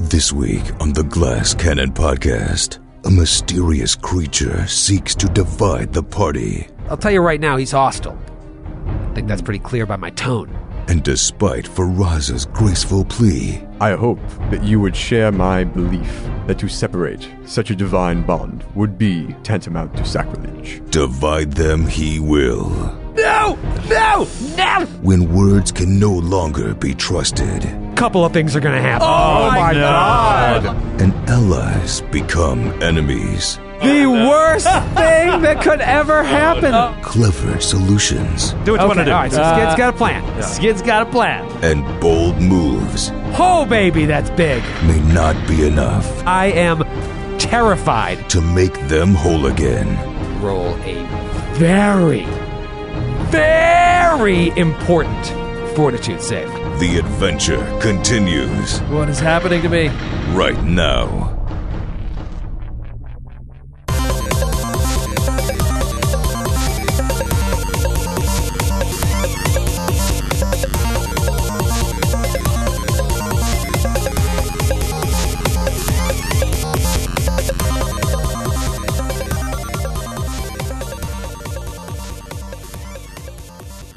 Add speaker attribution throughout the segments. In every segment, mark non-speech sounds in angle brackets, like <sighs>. Speaker 1: This week on the Glass Cannon podcast, a mysterious creature seeks to divide the party.
Speaker 2: I'll tell you right now, he's hostile. I think that's pretty clear by my tone.
Speaker 1: And despite Faraz's graceful plea,
Speaker 3: I hope that you would share my belief that to separate such a divine bond would be tantamount to sacrilege.
Speaker 1: divide them he will.
Speaker 2: No! No! No!
Speaker 1: When words can no longer be trusted
Speaker 2: Couple of things are gonna happen.
Speaker 3: Oh my god!
Speaker 1: and allies become enemies,
Speaker 2: the worst thing that could
Speaker 4: <laughs>
Speaker 2: ever happen.
Speaker 1: clever solutions
Speaker 4: Oh, Do what you want to do. Uh,
Speaker 2: all right, so Skid's got a plan.
Speaker 4: Skid's got a plan.
Speaker 1: and bold moves
Speaker 2: Oh, baby, that's big.
Speaker 1: may not be enough
Speaker 2: I am terrified.
Speaker 1: to make them whole again.
Speaker 2: Roll a very, very important fortitude save.
Speaker 1: The adventure continues
Speaker 4: What is happening to me?
Speaker 1: right now.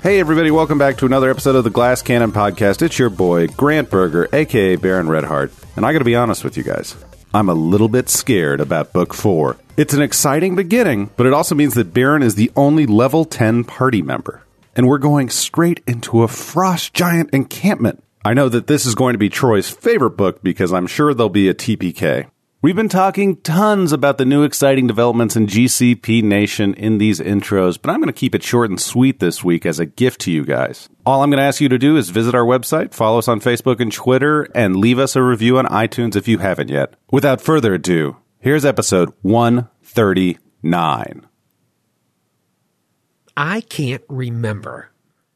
Speaker 5: Hey, everybody, welcome back to another episode of the Glass Cannon Podcast. It's your boy, Grant Berger, aka Baron Redheart. And I gotta be honest with you guys, I'm a little bit scared about book four. It's an exciting beginning, but it also means that Baron is the only level 10 party member. And we're going straight into a frost giant encampment. I know that this is going to be Troy's favorite book because I'm sure there'll be a TPK. We've been talking tons about the new exciting developments in GCP Nation in these intros, but I'm going to keep it short and sweet this week as a gift to you guys. All I'm going to ask you to do is visit our website, follow us on Facebook and Twitter, and leave us a review on iTunes if you haven't yet. Without further ado, here's episode 139.
Speaker 2: I can't remember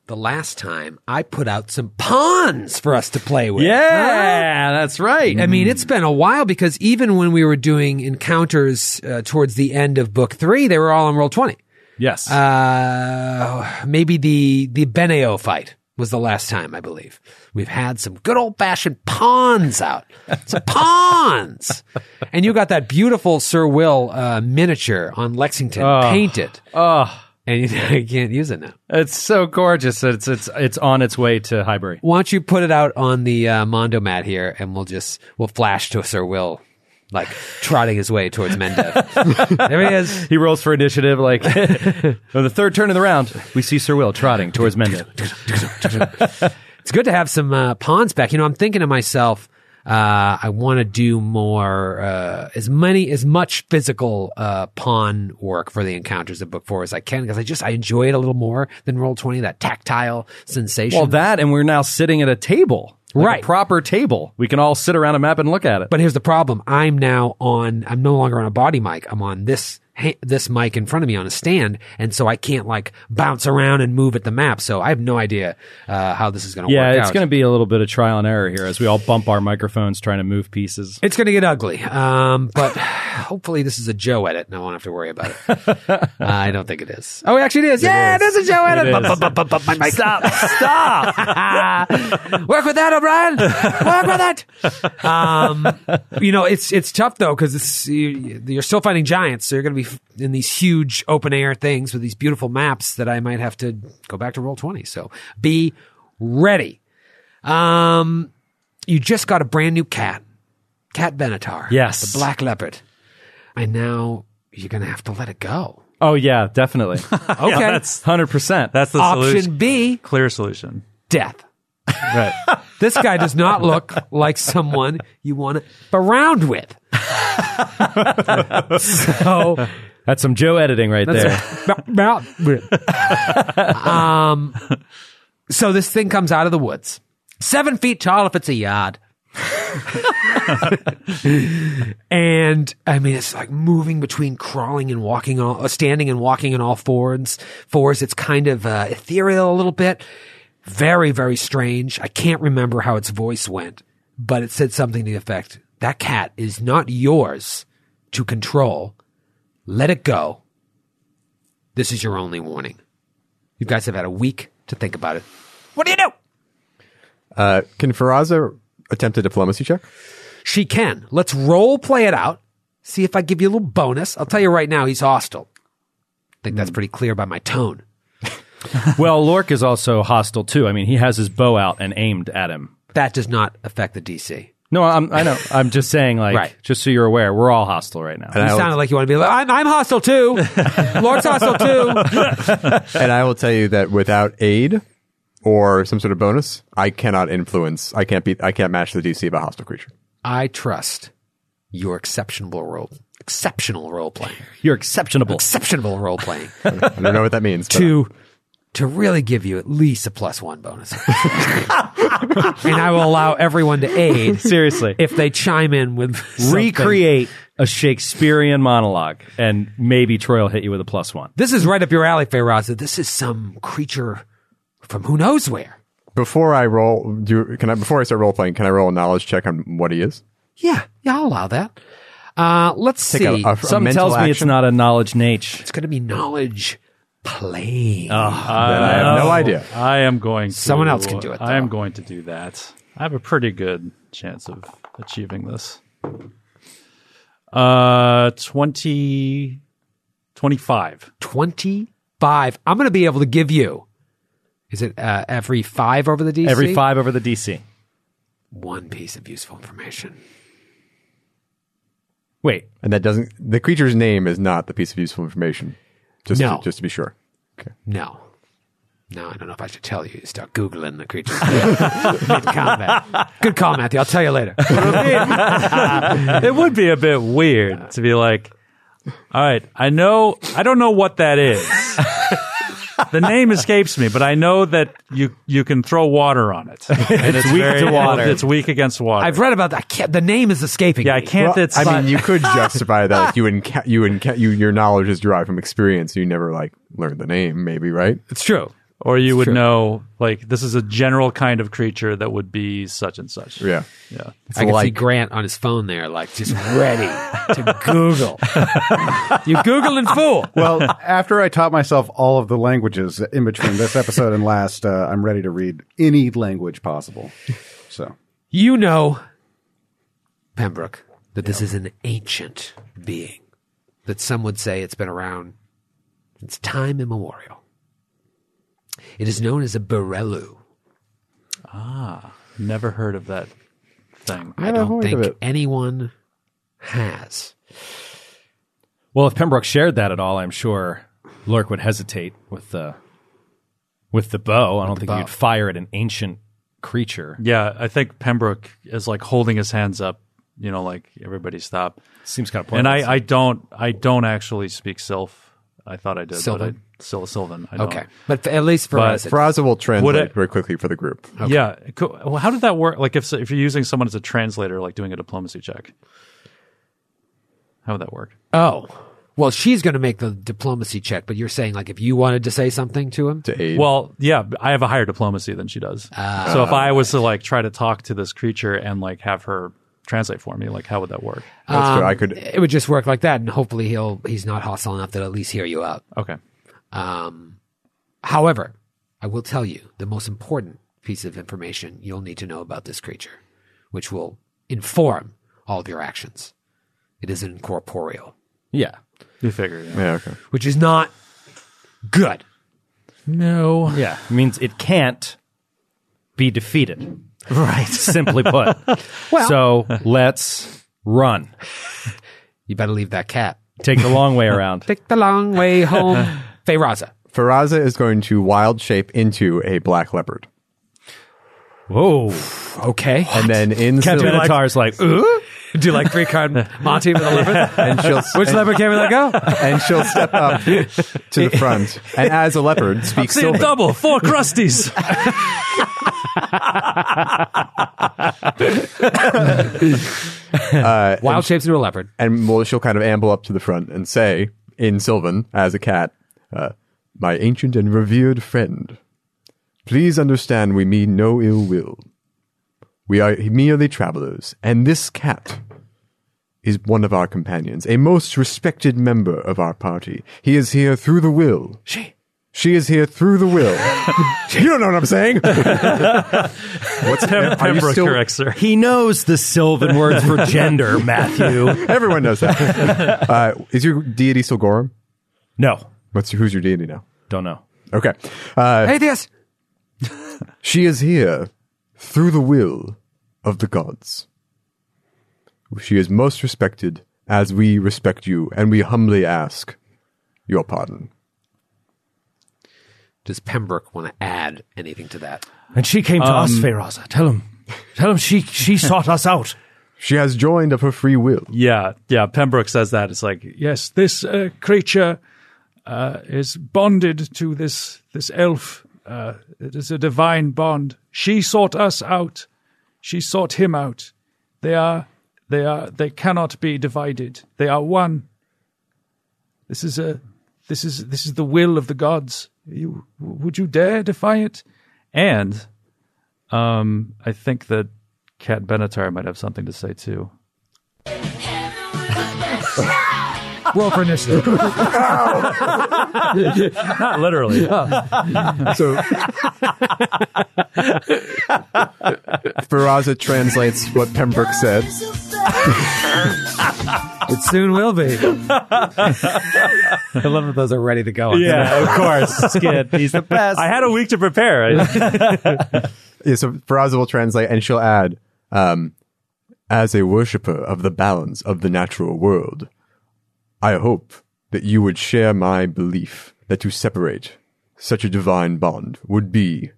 Speaker 2: the last time I put out some pawns for us to play with.
Speaker 4: Yeah, that's right.
Speaker 2: I mean, it's been a while because even when we were doing encounters uh, towards the end of book three, they were all on roll twenty.
Speaker 4: yes.
Speaker 2: Uh, maybe the the Beneo fight was the last time I believe we've had some good old fashioned pawns out, some pawns, and you got that beautiful Sir Will uh, miniature on Lexington painted,
Speaker 4: oh,
Speaker 2: and you, you <laughs> can't use it now.
Speaker 4: it's so gorgeous. It's it's it's on its way to Highbury.
Speaker 2: Why don't you put it out on the uh, Mondo mat here, and we'll just we'll flash to Sir Will. Like trotting his way towards Mendev. there <laughs> he is.
Speaker 4: He rolls for
Speaker 2: <laughs>
Speaker 4: initiative. Like <laughs> on the third turn of the round, we see Sir Will trotting towards Mendel.
Speaker 2: it's good to have some uh, pawns back. You know, I'm thinking to myself, uh, I want to do more, uh, as many, as much physical uh, pawn work for the encounters of Book Four as I can because I just I enjoy it a little more than Roll Twenty, that tactile sensation.
Speaker 4: Well, that and we're now sitting at a table, like a
Speaker 2: Right.
Speaker 4: proper table. We can all sit around a map and look at it.
Speaker 2: but here's the problem: I'm now on. I'm no longer on a body mic. I'm on this ha- this mic in front of me on a stand, and so I can't like bounce around and move at the map. So I have no idea uh, how this is going to work.
Speaker 4: yeah, it's
Speaker 2: out.
Speaker 4: going to be a little bit of trial and error here as we all bump our microphones trying to move pieces.
Speaker 2: It's going to get ugly, um, but <sighs> hopefully this is a Joe edit, and I won't have to worry about it. Uh, <laughs> I don't think it is. Oh, actually, it is. yeah, it is. a Joe edit. Bu- bu- bu- bu- bu- my- <laughs> Stop! Stop! Work with that, O'Brien. Work with <laughs> that. Um, you know, it's it's tough though because it's you- you're still fighting giants, so you're going to be f- in these huge open air things with these beautiful maps that I might have to go back to roll twenty. So be ready. Um, you just got a brand new cat. Cat Benatar.
Speaker 4: Yes.
Speaker 2: The black leopard. And now you're going to have to let it go.
Speaker 4: Oh yeah, definitely.
Speaker 2: <laughs>
Speaker 4: <laughs>
Speaker 2: Okay.
Speaker 4: hundred percent.
Speaker 6: That's the
Speaker 2: Option
Speaker 6: solution.
Speaker 2: B,
Speaker 6: Clear solution.
Speaker 2: death.
Speaker 6: Right.
Speaker 2: This guy does not look like someone you want to be around with. <laughs> so,
Speaker 4: <laughs> that's some Joe editing right there.
Speaker 2: <laughs> um, so this thing comes out of the woods, seven feet tall if it's a yard. <laughs> and I mean, it's like moving between crawling and walking, all, uh, standing and walking on all fours. Fours, it's kind of uh, ethereal a little bit. Very, very strange. I can't remember how its voice went, but it said something to the effect: "That cat is not yours to control. Let it go. This is your only warning. You guys have had a week to think about it. What do you do?
Speaker 7: Can Faraza attempt a diplomacy check?
Speaker 2: She can. Let's role play it out. See if I give you a little bonus. I'll tell you right now, he's hostile. I think that's pretty clear by my tone.
Speaker 6: Well, Lork is also hostile too. I mean, he has his bow out and aimed at him.
Speaker 2: That does not affect the DC.
Speaker 6: No, I'm, I know. I'm just saying, like,
Speaker 2: Right.
Speaker 6: just so you're aware, we're all hostile right now.
Speaker 2: You sounded like you want to be like, I'm, I'm hostile too. Lord's hostile too.
Speaker 3: <laughs> And I will tell you that without aid or some sort of bonus, I cannot influence. I can't beat. I can't match the DC of a hostile creature.
Speaker 2: I trust your exceptional role, exceptional role playing,
Speaker 6: You're exceptionable.
Speaker 2: exceptional role playing
Speaker 3: I don't know what that means. but-
Speaker 2: to to really give you at least a plus one bonus. <laughs> and I will allow everyone to aid
Speaker 6: Seriously.
Speaker 2: if they chime in with <laughs> something.
Speaker 6: Recreate a Shakespearean monologue, and maybe Troy will hit you with a plus one.
Speaker 2: This is right up your alley, Feyraza. This is some creature from who knows where.
Speaker 3: before I roll, do can I? Before I start role playing, can I roll a knowledge check on what he is?
Speaker 2: Yeah, yeah, I'll allow that. Uh, let's
Speaker 3: Take a-
Speaker 2: see.
Speaker 3: a- a
Speaker 6: Some
Speaker 3: mental
Speaker 6: tells me it's
Speaker 3: action
Speaker 6: not a knowledge nature.
Speaker 2: it's going to be knowledge play.
Speaker 4: Oh.
Speaker 2: Ah,
Speaker 3: that I have no idea.
Speaker 4: I am going. To,
Speaker 2: Someone else can do it,
Speaker 4: I am
Speaker 2: though.
Speaker 4: going to do that. I have a pretty good chance of achieving this. Uh, 20, 25.
Speaker 2: 25. I'm going to be able to give you, is it uh, every five over the DC?
Speaker 6: Every five over the DC.
Speaker 2: One piece of useful information.
Speaker 6: Wait,
Speaker 3: And that doesn't. The creature's name is not the piece of useful information. Just
Speaker 2: No.
Speaker 3: to, just to be sure.
Speaker 2: No. No, I don't know if I should tell you. Start Googling the creature. Mid combat. Good call, Matthew. I'll tell you later.
Speaker 4: it would be a bit weird to be like, all right, I know, I don't know what that is. <laughs> the name escapes me, but I know that you you can throw water on it. And it's, weak
Speaker 6: to water.
Speaker 4: It's weak against water.
Speaker 2: I've read about that. I can't, the name is escaping
Speaker 4: yeah, I
Speaker 2: me.
Speaker 4: can't. it's
Speaker 3: I mean, you
Speaker 4: <laughs>
Speaker 3: could justify that like you enca- you enca- you your knowledge is derived from experience. You never like learned the name, maybe right?
Speaker 2: It's true.
Speaker 4: or you would know like this is a general kind of creature that would be such and such.
Speaker 3: Yeah.
Speaker 4: yeah.
Speaker 2: I can see
Speaker 3: like-
Speaker 2: Grant on his phone there, like just ready to
Speaker 4: <laughs>
Speaker 2: Google. you Googling fool. <laughs>
Speaker 5: Well, after I taught myself all of the languages in between this episode and last, uh, I'm ready to read any language possible. So,
Speaker 2: You know, Pembroke, that this is an ancient being. That some would say it's been around since time immemorial. It is known as a Borelu.
Speaker 4: Never heard of that thing.
Speaker 2: I
Speaker 3: Never
Speaker 2: don't
Speaker 3: heard of
Speaker 2: think
Speaker 3: it.
Speaker 2: anyone has.
Speaker 6: Well, if Pembroke shared that at all, I'm sure Lurk would hesitate with the with the bow. I don't think you'd fire at an ancient creature.
Speaker 4: Yeah, I think Pembroke is like holding his hands up, you know, like everybody stop.
Speaker 6: Seems kind of
Speaker 4: and
Speaker 6: pointless.
Speaker 4: I, I don't I don't actually speak Sylph. I thought I did, but
Speaker 2: Sylvan?
Speaker 4: I Syl, Sylvan. I don't.
Speaker 2: Okay. But f- at least for
Speaker 4: But
Speaker 2: us, it's-
Speaker 3: Fraza will translate
Speaker 4: Would it-
Speaker 3: very quickly for the group.
Speaker 4: Yeah. Cool. Well, how did that work? Like if if you're using someone as a translator, like doing a diplomacy check, how would that work?
Speaker 2: oh. Well, she's going to make the diplomacy check, but you're saying, like, if you wanted to say something to him?
Speaker 3: To aid.
Speaker 4: Well, yeah, I have a higher diplomacy than she does. so if I was to like try to talk to this creature and like have her translate for me, like how would that work?
Speaker 3: That's true.
Speaker 4: um,
Speaker 3: I could.
Speaker 2: it would just work like that, and hopefully he'll he's not hostile enough to at least hear you out.
Speaker 4: Okay.
Speaker 2: Um, however, I will tell you the most important piece of information you'll need to know about this creature, which will inform all of your actions. It is incorporeal,
Speaker 6: yeah.
Speaker 4: You figure. Yeah.
Speaker 3: Yeah. Okay.
Speaker 2: which is not good.
Speaker 4: No.
Speaker 6: Yeah. It means it can't be defeated. Right. <laughs> Simply put. so let's run.
Speaker 2: You better leave that cat.
Speaker 6: Take the long way <laughs> around.
Speaker 2: Take the long way
Speaker 3: <laughs>
Speaker 2: home, Feyraza.
Speaker 3: Faraza is going to wild shape into a black leopard,
Speaker 6: Whoa.
Speaker 2: Okay.
Speaker 3: and then in Syl-
Speaker 6: Minotaur's like, "Uh?" ooh.
Speaker 2: Do you like three card
Speaker 6: <laughs>
Speaker 2: Monty with a leopard?
Speaker 3: <laughs> and she'll
Speaker 2: Which leopard can we let go?
Speaker 3: <laughs> and she'll step
Speaker 4: <laughs>
Speaker 3: up to the front, and as a leopard speaks
Speaker 4: See a
Speaker 3: Sylvan.
Speaker 4: double,
Speaker 6: <laughs>
Speaker 4: four crusties.
Speaker 2: Wild shapes into a leopard.
Speaker 3: and well, she'll kind of amble up to the front and say, in Sylvan, as a cat, uh, "My ancient and revered friend, please understand we mean no ill will. We are merely travelers, and this cat." Is one of our companions, a most respected member of our party. He is here through the will.
Speaker 2: She.
Speaker 3: She is here through the
Speaker 4: <laughs>
Speaker 3: will. you don't know what I'm saying.
Speaker 4: What's Pem-
Speaker 3: are you
Speaker 4: Pembroke
Speaker 3: still-
Speaker 4: corrects her.
Speaker 6: He knows the Sylvan words for <laughs> gender, Matthew.
Speaker 3: Everyone knows that.
Speaker 4: <laughs>
Speaker 3: Uh, is your deity still Gorham?
Speaker 6: No,
Speaker 3: What's your, who's your deity now?
Speaker 6: don't know.
Speaker 3: Okay. Uh,
Speaker 2: Atheist.
Speaker 3: <laughs> She is here through the will of the gods. She is most respected as we respect you, and we humbly ask your pardon.
Speaker 2: Does Pembroke want to add anything to that?
Speaker 6: And she came to us,
Speaker 4: Um,
Speaker 6: Feyraza. Tell him, tell him she she sought us out.
Speaker 3: She has joined of her free will.
Speaker 4: Yeah, yeah. Pembroke says that. It's like, yes, this uh, creature uh, is bonded to this this elf. Uh, it is a divine bond. She sought us out. She sought him out. They are they are they cannot be divided. They are one. This is a this is this is the will of the gods. You would you dare defy it? And um, I think that Cat Benatar might have something to say too.
Speaker 8: <laughs> Roll for
Speaker 6: <laughs>
Speaker 8: initiative.
Speaker 4: <laughs> Not literally.
Speaker 3: So Faraza translates what Pembroke said.
Speaker 8: It soon will be. I love that those are ready to go.
Speaker 4: <laughs> Yeah, of course. Skid. He's the best. I had a week to <laughs> prepare.
Speaker 3: Yeah, so Faraza will translate and she'll add, um, as a worshipper of the balance of the natural world, I hope that you would share my belief that to separate such a divine bond would be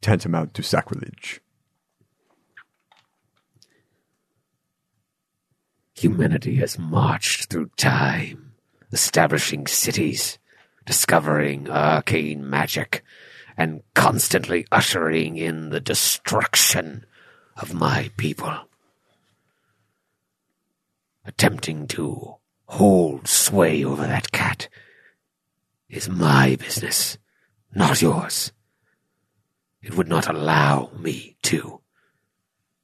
Speaker 3: tantamount to sacrilege.
Speaker 2: Humanity has marched through time, establishing cities, discovering arcane magic, and constantly ushering in the destruction of my people. Attempting to hold sway over that cat is my business, not yours. It would not allow me to.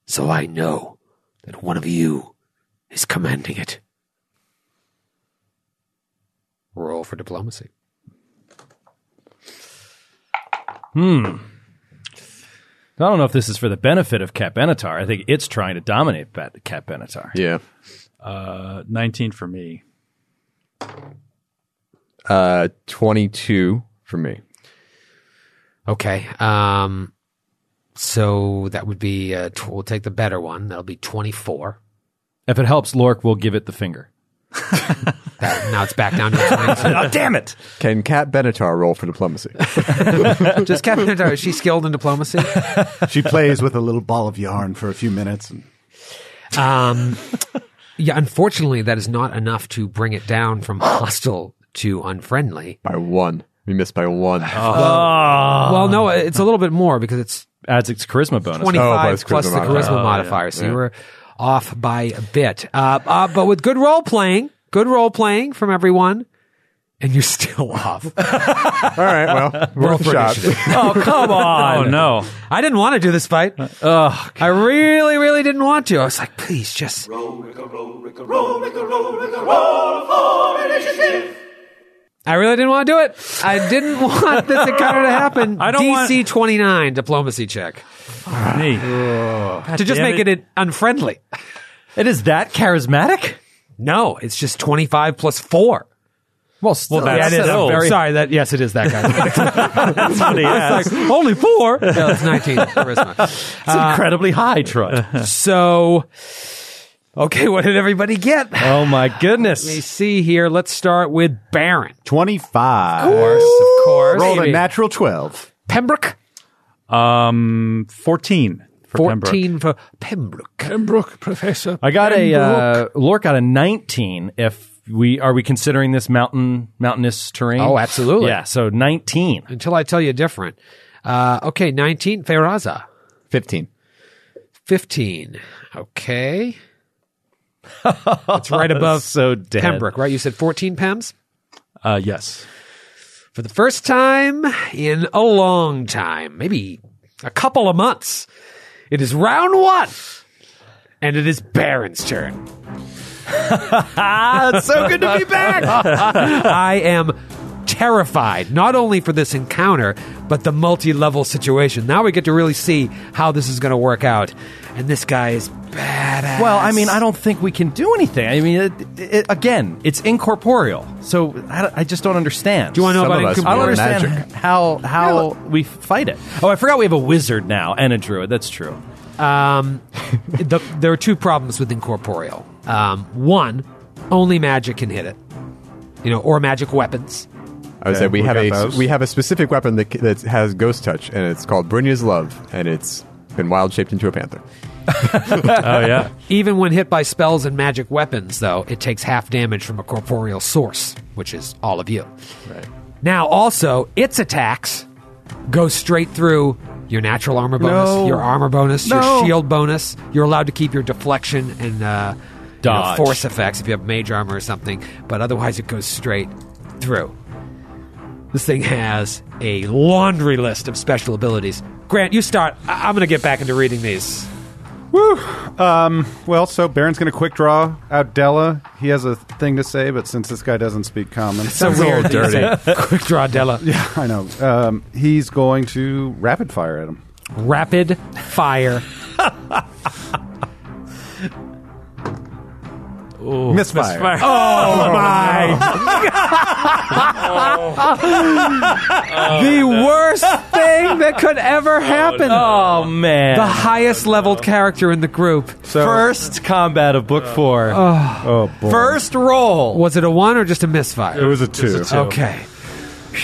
Speaker 2: So I know that one of you is commanding it. Roll for diplomacy.
Speaker 6: I don't know if this is for the benefit of Cat Benatar. I think it's trying to dominate Bet- Cat Benatar.
Speaker 3: Yeah.
Speaker 4: Uh, 19 for me.
Speaker 3: Uh, 22 for me.
Speaker 2: Okay. Um, so that would be uh, tw- we'll take the better one. That'll be twenty four.
Speaker 6: If it helps, Lork will give it the finger.
Speaker 2: Now it's back <laughs> down to
Speaker 6: Oh, damn it!
Speaker 3: Can Cat Benatar roll for diplomacy?
Speaker 2: twenty two. Just Captain Natar, <laughs> is she skilled in diplomacy?
Speaker 5: She plays with a little ball of yarn for a few minutes. And
Speaker 2: Um, yeah. Unfortunately, that is not enough to bring it down from hostile to unfriendly.
Speaker 3: <laughs> by one. We missed by <laughs> one.
Speaker 2: well, no, it's a little bit more because it's
Speaker 6: Adds its charisma bonus.
Speaker 2: twenty
Speaker 3: Oh, but
Speaker 2: five
Speaker 3: it's charisma
Speaker 2: plus the charisma modifier.
Speaker 3: modifier.
Speaker 2: So you were off by a bit, uh, uh, but with good role playing, good role playing from everyone, and you're still <laughs> off.
Speaker 3: All right, well, worth a
Speaker 2: for
Speaker 3: shot.
Speaker 2: <laughs> initiative.
Speaker 4: Oh, come on. oh, no.
Speaker 2: I didn't want to do this fight. I really, really didn't want to. I was like, please, just I really didn't want to do it. I didn't <laughs> want this encounter to happen.
Speaker 4: I don't
Speaker 2: DC twenty nine diplomacy check
Speaker 4: Me.
Speaker 2: to just
Speaker 4: damn
Speaker 2: make it.
Speaker 4: it.
Speaker 2: unfriendly.
Speaker 6: It is that charismatic?
Speaker 2: No, it's just twenty five plus four.
Speaker 6: Well, still,
Speaker 4: that's Yeah, it is. still- I'm very-
Speaker 2: sorry. That yes, it is that guy.
Speaker 4: <laughs> Yes.
Speaker 2: Only four. <laughs> No, it's nineteen charisma.
Speaker 6: That's incredibly high, Troy.
Speaker 2: So, okay, what did everybody get? Let
Speaker 6: oh my
Speaker 2: me
Speaker 6: goodness!
Speaker 2: see here. Let's start with Baron.
Speaker 5: 25.
Speaker 2: Of course,
Speaker 5: Rolled a
Speaker 2: Maybe.
Speaker 5: natural 12.
Speaker 2: Pembroke.
Speaker 4: um, 14 for Pembroke.
Speaker 2: 14 for Pembroke.
Speaker 4: Pembroke, Professor.
Speaker 6: I got a uh, Lork got a nineteen. If we are we considering this mountain mountainous terrain?
Speaker 2: Oh, absolutely.
Speaker 6: Yeah, so nineteen.
Speaker 2: Until I tell you different. Uh, okay, 19, Feyraza.
Speaker 3: 15.
Speaker 2: 15. <laughs> Okay. It's right above
Speaker 6: so dead.
Speaker 2: Pembroke, right? You said 14 Pems?
Speaker 4: Uh, yes.
Speaker 2: For the first time in a long time, maybe a couple of months, it is round one. And it is Baron's turn. <laughs>
Speaker 6: It's so good to be back.
Speaker 2: <laughs> I am terrified, not only for this encounter, but the multi level situation. Now we get to really see how this is going to work out. And this guy is badass.
Speaker 6: Well, I mean, I don't think we can do anything. I mean, it, it, again, it's incorporeal, so I, I just don't understand.
Speaker 2: Do you want to know
Speaker 3: Some
Speaker 2: about
Speaker 3: of us
Speaker 2: incom-
Speaker 6: I don't
Speaker 3: Or
Speaker 6: understand
Speaker 3: magic.
Speaker 6: how how we fight it. Oh, I forgot we have a wizard now and a druid. That's true.
Speaker 2: Um, the, there are two problems with incorporeal. Um, one, only magic can hit it, you know, or magic weapons.
Speaker 3: I would say we,
Speaker 5: we
Speaker 3: have
Speaker 5: got
Speaker 3: a
Speaker 5: those.
Speaker 3: we have a specific weapon that, that has ghost touch, and it's called Brynja's Love, and it's been wild shaped into a panther.
Speaker 4: Oh yeah.
Speaker 2: Even when hit by spells and magic weapons, though, it takes half damage from a corporeal source, which is all of you. Right. Now, also, its attacks go straight through your natural armor bonus,
Speaker 5: No.
Speaker 2: your armor bonus,
Speaker 5: No.
Speaker 2: your shield bonus. You're allowed to keep your deflection and uh, you know,
Speaker 4: Dodge.
Speaker 2: force effects if you have mage armor or something, but otherwise, it goes straight through. This thing has a laundry list of special abilities. Grant, you start. I- I'm going to get back into reading these.
Speaker 5: Well, so Baron's going to quick draw out Della. He has a thing to say, but since this guy doesn't speak common,
Speaker 2: So weird. thing to say.
Speaker 5: <laughs>
Speaker 2: Quick draw, Della.
Speaker 5: I know. Um, he's going to rapid fire at him.
Speaker 2: Rapid fire.
Speaker 5: Misfire. Oh,
Speaker 2: the worst
Speaker 5: <laughs>
Speaker 2: thing that could ever happen.
Speaker 4: Oh man.
Speaker 2: The highest leveled character in the group.
Speaker 4: First combat of book four.
Speaker 5: Oh boy.
Speaker 4: First roll.
Speaker 2: Was it a one or just a
Speaker 5: It
Speaker 2: misfire?
Speaker 5: was a two.
Speaker 2: Okay.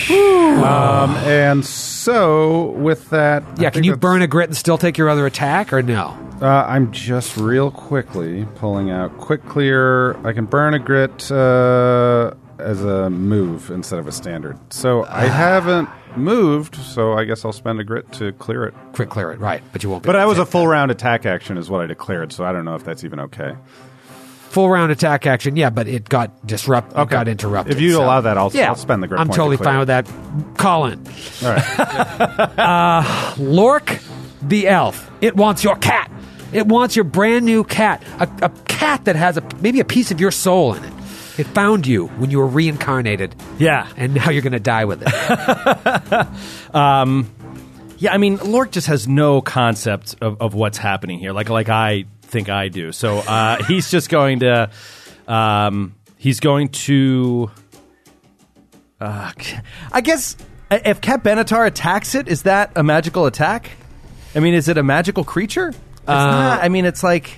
Speaker 5: Um, and so with that, I
Speaker 2: Yeah, can
Speaker 5: think
Speaker 2: you
Speaker 5: that's-
Speaker 2: burn a grit and still take your other attack or no?
Speaker 5: Uh, I'm just real quickly pulling out quick clear. I can burn a grit uh, as a move instead of a standard. So I haven't moved, so I guess I'll spend a grit to clear it.
Speaker 2: Quick clear it, right. But you won't be.
Speaker 5: But I
Speaker 2: able
Speaker 5: was
Speaker 2: to
Speaker 5: a full round attack action, is what I declared. So I don't know if that's even okay.
Speaker 2: take- full round attack action. Yeah, but it got disrupted.
Speaker 5: Okay.
Speaker 2: got interrupted.
Speaker 5: If you
Speaker 2: so-
Speaker 5: allow that, I'll-
Speaker 2: yeah,
Speaker 5: I'll spend the grit
Speaker 2: I'm
Speaker 5: point to
Speaker 2: totally
Speaker 5: clear
Speaker 2: fine
Speaker 5: it.
Speaker 2: with that. Colin.
Speaker 5: All right.
Speaker 2: <laughs> Lork the elf. It wants your cat. It wants your brand new cat. A, a cat that has a, maybe a piece of your soul in it. It found you when you were reincarnated,
Speaker 4: Yeah.
Speaker 2: and now you're going to die
Speaker 6: <laughs>
Speaker 2: with it.
Speaker 6: Yeah, I mean, Lork just has no concept of, of what's happening here, like like I think I do. So uh, <laughs> he's just going to, um, he's going to, uh, I guess i- if Cat Benatar attacks it, is that a magical attack? I mean, is it a magical creature? It's
Speaker 2: Uh,
Speaker 6: not. I mean, it's like.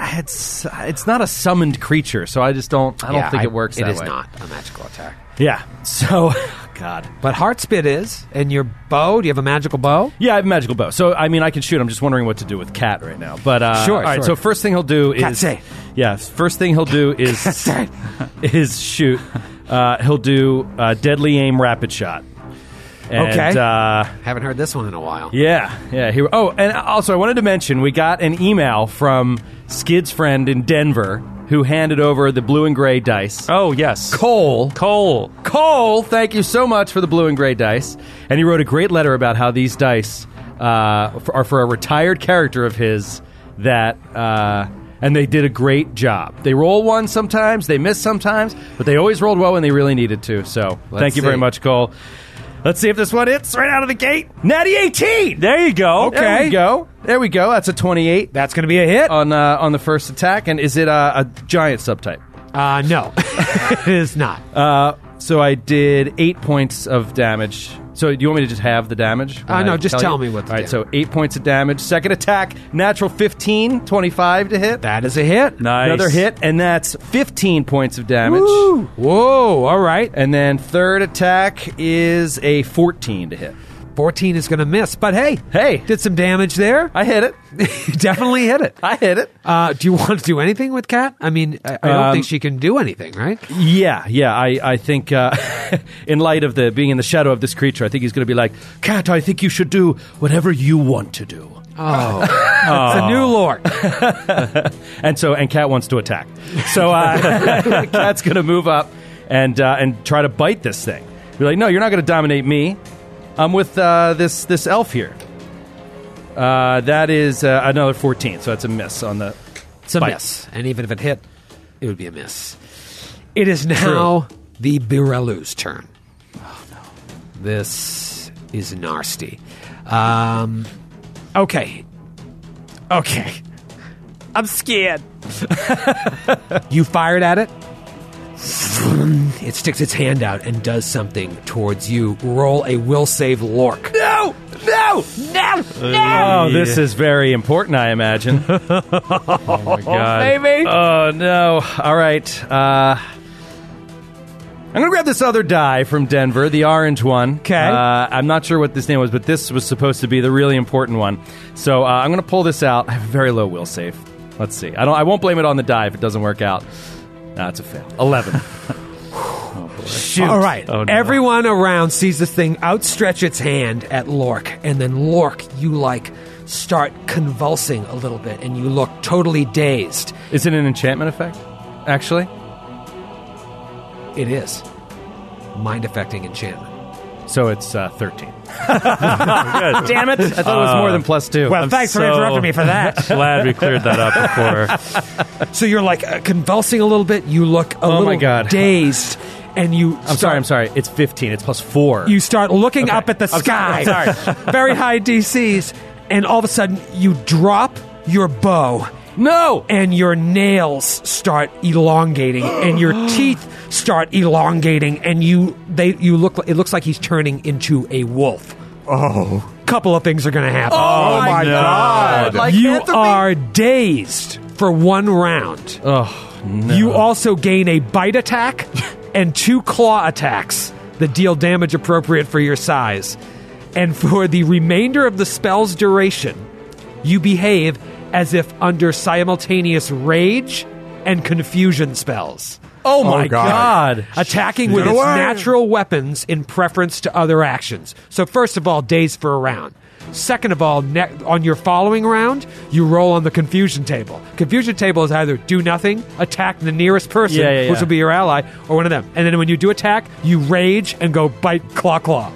Speaker 6: It's it's not a summoned creature, so I just don't I don't
Speaker 2: Yeah,
Speaker 6: think it works.
Speaker 2: It is
Speaker 6: that way.
Speaker 2: not a magical attack.
Speaker 6: Yeah. So, <laughs> oh, God.
Speaker 2: But Heartspit is, and your bow. Do you have a magical bow?
Speaker 6: Yeah, I have a magical bow. So I mean, I can shoot. I'm just wondering what to do with cat right now. But uh,
Speaker 2: Sure,
Speaker 6: All right.
Speaker 2: sure.
Speaker 6: So first thing he'll do is
Speaker 2: Cat say.
Speaker 6: yeah. First thing he'll do is
Speaker 2: Sorry.
Speaker 6: <laughs> is shoot. Uh, he'll do uh, deadly aim rapid shot. And,
Speaker 2: Okay.
Speaker 6: Uh,
Speaker 2: Haven't heard this one in a while.
Speaker 6: yeah, yeah. Here. Oh, and also I wanted to mention we got an email from Skid's friend in Denver who handed over the blue and gray dice.
Speaker 4: Oh yes.
Speaker 6: Cole.
Speaker 4: Cole.
Speaker 6: Cole, thank you so much for the blue and gray dice. And he wrote a great letter about how these dice uh, f- are for a retired character of his that. Uh, and they did a great job. They roll one sometimes, they miss sometimes, but they always rolled well when they really needed to. So thank you very
Speaker 2: see.
Speaker 6: much, Cole. Let's see if this one hits right out of the gate. Natty 18!
Speaker 4: There you go.
Speaker 6: There we go. There we go. That's a 28
Speaker 2: That's going to be a hit.
Speaker 6: on uh, on the first attack. And is it uh, a giant subtype?
Speaker 2: Uh, no, <laughs> it is not.
Speaker 6: Uh, so I did eight points of damage. So do you want me to just have the damage? when
Speaker 2: Uh, no,
Speaker 6: I
Speaker 2: just tell me what the
Speaker 6: All right,
Speaker 2: damage-
Speaker 6: so eight points of damage. Second attack, natural 15, 25 to hit.
Speaker 2: that is a hit.
Speaker 4: Nice.
Speaker 6: Another hit, and that's 15 points of damage.
Speaker 2: Whoa! All right,
Speaker 6: And then third attack is a 14 to hit.
Speaker 2: fourteen is going to miss. But hey,
Speaker 6: Hey.
Speaker 2: did some damage there. <laughs>
Speaker 6: I hit it. <laughs>
Speaker 2: Definitely hit it.
Speaker 6: I hit it.
Speaker 2: Uh, do you <laughs> want to do anything with Kat? I mean, I, I don't
Speaker 6: Um,
Speaker 2: think she can do anything, right?
Speaker 6: Yeah, yeah. I, I think uh, <laughs> in light of the being in the shadow of this creature, I think he's going to be like, Cat, I think you should do whatever you want to do.
Speaker 2: Oh, <laughs> it's a new lord.
Speaker 6: and so and cat wants to attack so uh, <laughs> cat's gonna move up and uh, and try to bite this thing be like no you're not gonna dominate me i'm with uh, this this elf here uh, that is uh, another 14 so that's a miss on the
Speaker 2: It's a
Speaker 6: Bite.
Speaker 2: miss, and even if it hit, it would be a miss. It is now the Birellu's turn. This is nasty. Um, okay. Okay. I'm scared. <laughs> you fired at it. It sticks its hand out and does something towards you. Roll a will save Lork. Uh,
Speaker 6: No! No!
Speaker 2: No!
Speaker 6: Oh, this is very important, I imagine. <laughs> oh my god.
Speaker 2: Maybe.
Speaker 6: Oh no. All right. Uh I'm gonna grab this other die from Denver, the orange one. Okay. Uh, I'm not sure what this name was, but this was supposed to be the really important one. So uh, I'm gonna pull this out. I have a very low will save. Let's see. I don't. I won't blame it on the die if it doesn't work out. That's a fail.
Speaker 2: <laughs>
Speaker 6: Oh, Eleven. Oh,
Speaker 2: All right. Everyone around sees this thing outstretch its hand at Lork, and then Lork, you like start convulsing a little bit, and you look totally dazed.
Speaker 6: Is it an enchantment effect? Actually.
Speaker 2: It is mind affecting enchantment.
Speaker 6: So it's uh, 13. <laughs> Damn it. I <laughs> thought it was more than plus two.
Speaker 2: Well,
Speaker 6: Uh, I'm
Speaker 2: Uh, thanks for
Speaker 6: so-
Speaker 2: interrupting me for
Speaker 6: <laughs>
Speaker 2: that.
Speaker 4: Glad we cleared that up before.
Speaker 2: so you're like uh, convulsing a little bit. You look a
Speaker 6: Oh my
Speaker 2: little
Speaker 6: God.
Speaker 2: dazed, and you.
Speaker 6: I'm sorry, I'm sorry. It's 15. It's plus four.
Speaker 2: You start looking up at the
Speaker 6: I'm
Speaker 2: sky.
Speaker 6: sorry, I'm
Speaker 2: <laughs>
Speaker 6: sorry.
Speaker 2: Very high DCs, and all of a sudden you drop your bow.
Speaker 6: no!
Speaker 2: and your nails start
Speaker 6: <gasps>
Speaker 2: elongating and your teeth start elongating and you they you look it looks like he's turning into a wolf.
Speaker 3: Oh,
Speaker 2: Couple of things are going to happen.
Speaker 3: oh my god!
Speaker 2: you are dazed for one round.
Speaker 6: Oh, no.
Speaker 2: You also gain a bite
Speaker 6: <laughs>
Speaker 2: attack and two claw attacks that deal damage appropriate for your size. And for the remainder of the spell's duration, you behave as if under simultaneous rage and confusion spells,
Speaker 6: oh, my
Speaker 3: God.
Speaker 6: God.
Speaker 2: attacking with
Speaker 3: Get
Speaker 2: its
Speaker 3: away.
Speaker 2: natural weapons in preference to other actions. So, first of all, days for a round. Second of all, ne- on your following round, you roll on the confusion table. Confusion table is either do nothing, attack the nearest person,
Speaker 6: Yeah, yeah,
Speaker 2: which
Speaker 6: yeah.
Speaker 2: will be your ally, or one of them. And then when you do attack, you rage and go bite claw claw.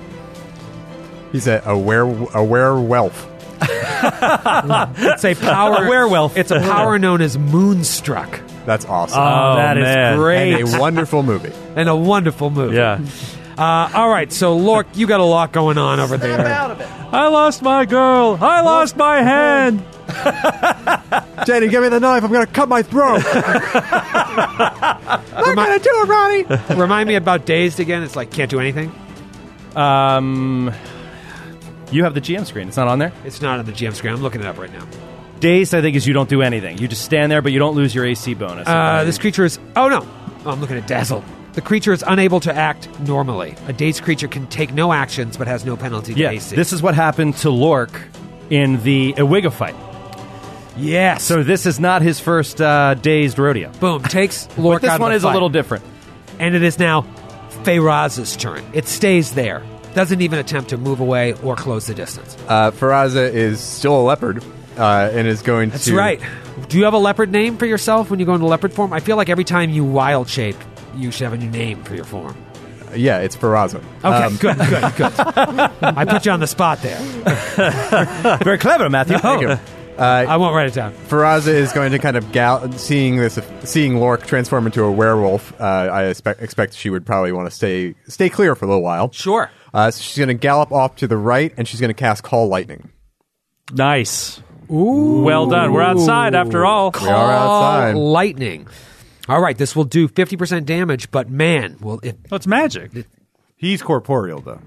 Speaker 3: He's a, a were a werewolf.
Speaker 2: It's a power.
Speaker 6: werewolf.
Speaker 2: It's a power known as Moonstruck,
Speaker 3: That's awesome.
Speaker 6: Oh, that is
Speaker 4: man.
Speaker 6: great.
Speaker 3: and a wonderful movie.
Speaker 2: and a wonderful move.
Speaker 4: Yeah.
Speaker 2: Uh, all right, so Lork, you got a lot going on over there.
Speaker 4: I lost my girl. I lost my hand.
Speaker 3: Jenny, give me the knife. I'm gonna cut my <laughs> throat.
Speaker 2: Not gonna do it, Ronnie. Remind me about dazed again. It's like can't do anything.
Speaker 6: Um, <laughs> you have the GM screen. It's not on there.
Speaker 2: It's not on the GM screen. I'm looking it up right now.
Speaker 6: Dazed, I think, is you don't do anything. You just stand there, but you don't lose your AC bonus.
Speaker 2: Uh, this creature is. Oh no! Oh, I'm looking at Dazzle. The creature is unable to act normally. A dazed creature can take no actions but has no penalty to
Speaker 6: yeah,
Speaker 2: AC.
Speaker 6: this is what happened to Lork in the Iwiga fight.
Speaker 2: yeah. So
Speaker 6: So this is not his first uh, dazed rodeo.
Speaker 2: <laughs> boom takes Lork
Speaker 6: This
Speaker 2: out of
Speaker 6: one
Speaker 2: the
Speaker 6: is a
Speaker 2: fight.
Speaker 6: little different.
Speaker 2: and it is now Feyraz's turn. It stays there. Doesn't even attempt to move away or close the distance.
Speaker 3: Uh, Faraza is still a leopard uh, and is going
Speaker 2: That's
Speaker 3: to.
Speaker 2: right. Do you have a leopard name for yourself when you go into leopard form? I feel like every time you wild shape, you should have a new name for your form.
Speaker 3: Yeah, it's Faraza.
Speaker 2: Okay, good, good, <laughs> good. I put you on the spot there.
Speaker 6: Very clever, <laughs> Matthew.
Speaker 3: Thank you.
Speaker 2: I won't write it down.
Speaker 3: Faraza is going to kind of gal- seeing this, seeing Lork transform into a werewolf. Uh, I expect, expect she would probably want to stay stay clear for a little while.
Speaker 2: Sure.
Speaker 3: Uh, so she's going to gallop off to the right, and she's going to cast Call Lightning.
Speaker 4: Nice. Well done. We're outside after all.
Speaker 3: We are outside.
Speaker 2: All lightning. All right, this will do 50% damage, but man, well, it,
Speaker 4: That's magic.
Speaker 9: He's corporeal, though.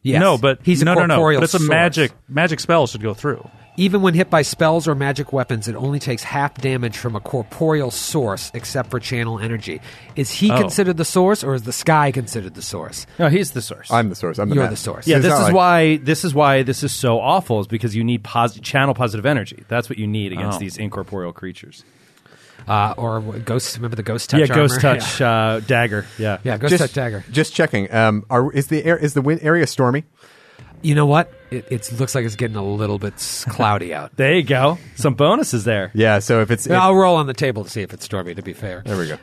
Speaker 2: yes.
Speaker 4: No, but
Speaker 2: he's a
Speaker 4: no, no, no.
Speaker 2: corporeal
Speaker 4: But it's a
Speaker 2: source.
Speaker 4: magic magic spell should go through.
Speaker 2: Even when hit by spells or magic weapons, it only takes half damage from a corporeal source except for channel energy. Is he
Speaker 4: Oh.
Speaker 2: considered the source or is the sky considered the source?
Speaker 6: No, he's the source.
Speaker 3: I'm the source. I'm the
Speaker 2: You're
Speaker 3: man.
Speaker 2: the source.
Speaker 6: Yeah,
Speaker 3: It's
Speaker 6: this
Speaker 3: not
Speaker 6: is
Speaker 3: like-
Speaker 6: why this is why this is so awful is because you need posi- channel positive energy. That's what you need against
Speaker 4: Oh.
Speaker 6: these incorporeal creatures.
Speaker 2: Uh, or ghost, remember the ghost touch?
Speaker 6: yeah, ghost
Speaker 2: armor?
Speaker 6: touch Uh, dagger. Yeah,
Speaker 2: Yeah, yeah ghost touch
Speaker 3: Just,
Speaker 2: dagger.
Speaker 3: just checking. Um, are, is the air, is the wind area stormy?
Speaker 2: You know what? It, it looks like it's getting a little bit s- cloudy out.
Speaker 6: There you go. Some bonuses there.
Speaker 3: Yeah. So if it's if-
Speaker 6: Oh,
Speaker 2: I'll roll on the table to see if it's stormy, to be fair. Uh,
Speaker 3: there, we go.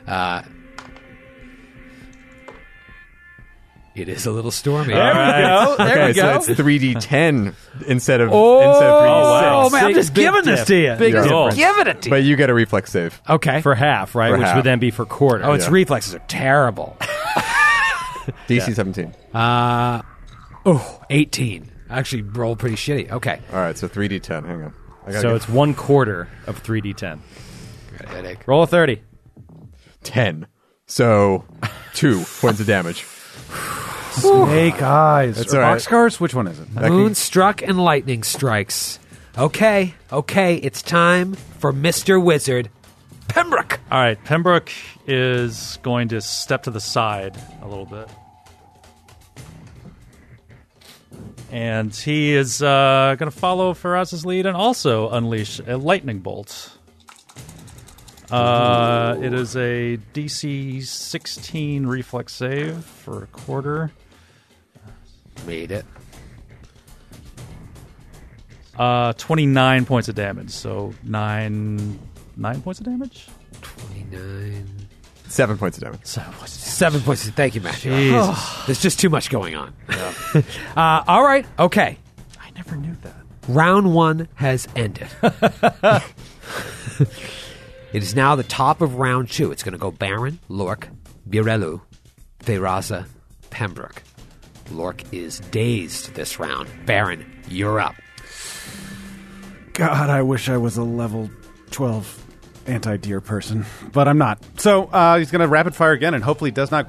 Speaker 2: It is a little stormy.
Speaker 6: There we go. There
Speaker 3: okay,
Speaker 6: we go.
Speaker 3: so it's three D ten instead of
Speaker 2: Oh,
Speaker 3: instead of three D six.
Speaker 2: wow. man, I'm
Speaker 6: Big-
Speaker 2: just
Speaker 6: big
Speaker 2: giving this
Speaker 6: dip.
Speaker 2: to you.
Speaker 6: Big
Speaker 3: Yeah.
Speaker 4: goal.
Speaker 3: difference.
Speaker 2: Giving it to you.
Speaker 3: But you get a reflex save.
Speaker 2: Okay.
Speaker 6: for half, right?
Speaker 3: For
Speaker 6: Which
Speaker 3: half.
Speaker 6: would then be for quarter.
Speaker 2: oh, its
Speaker 3: <laughs> yeah.
Speaker 2: reflexes are terrible.
Speaker 3: DC 17.
Speaker 2: Oh, 18. I actually roll pretty shitty. Okay.
Speaker 3: All right, so 3d10. Hang on. I gotta
Speaker 6: So
Speaker 3: get
Speaker 6: it's one quarter of 3d10.
Speaker 2: Got a headache.
Speaker 6: Roll a 30.
Speaker 3: 10. So
Speaker 2: <laughs>
Speaker 3: two points of damage.
Speaker 5: Snake eyes.
Speaker 3: That's
Speaker 5: Or
Speaker 3: all right.
Speaker 5: Boxcars? Which one is it?
Speaker 3: That can-
Speaker 2: Moonstruck and lightning strikes. Okay, okay, it's time for Mr. Wizard Pembroke.
Speaker 4: All right, Pembroke is going to step to the side a little bit. And he is uh, going to follow Faraz's lead and also unleash a lightning bolt. Uh, it is a DC 16 reflex save for a quarter.
Speaker 2: Made it.
Speaker 4: Uh, 29 points of damage, so nine nine points of damage?
Speaker 2: 29.
Speaker 3: seven points of damage.
Speaker 4: Seven points of damage.
Speaker 2: Seven points. Thank you, Matthew. Oh,
Speaker 4: Jesus.
Speaker 2: There's just too much going on. <laughs> uh, all right, okay.
Speaker 4: I never knew that.
Speaker 2: Round one has
Speaker 4: <laughs>
Speaker 2: ended. it is now the top of round two. It's going to go Baron, Lork, Birelu, Feyraza, Pembroke. Lork is dazed this round. Baron, you're up.
Speaker 5: God, I wish I was a level 12 anti deer person, but I'm not. So uh, he's going to rapid fire again and hopefully does not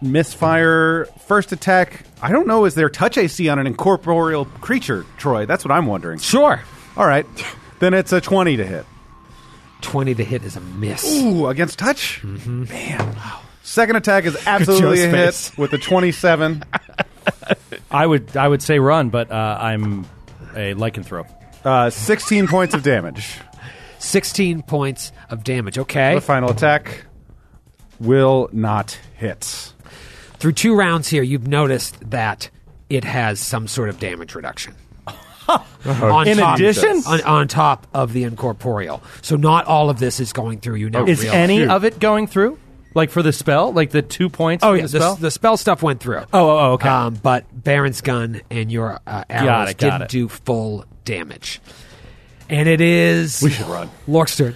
Speaker 5: misfire. First attack. I don't know. Is there touch AC on an incorporeal creature, Troy? That's what I'm wondering.
Speaker 2: Sure.
Speaker 5: All right. Then it's a 20 to hit.
Speaker 2: 20 to hit is a miss.
Speaker 5: Ooh, against touch? Man. Second attack is absolutely a hit with a 27.
Speaker 6: I would I would say run, but uh, I'm a lycanthrope.
Speaker 5: Uh, 16 points of damage.
Speaker 2: 16 points of damage. Okay.
Speaker 5: The final attack will not hit.
Speaker 2: Through two rounds here, you've noticed that it has some sort of damage reduction. on
Speaker 6: Uh-huh. In
Speaker 2: top,
Speaker 6: addition?
Speaker 2: on, on top of the incorporeal, so not all of this is going through. You know,
Speaker 6: Is
Speaker 2: really.
Speaker 6: any of it going through? Like for the spell? Like the two points
Speaker 2: Oh
Speaker 6: from
Speaker 2: yeah, the,
Speaker 6: the spell?
Speaker 2: the, spell stuff went through.
Speaker 6: Oh, oh, oh, okay.
Speaker 2: Um, but Baron's gun and your uh, arrows
Speaker 6: it, got
Speaker 2: didn't
Speaker 6: it.
Speaker 2: do full damage. And it is we should run.
Speaker 6: <sighs>
Speaker 2: Lorkster,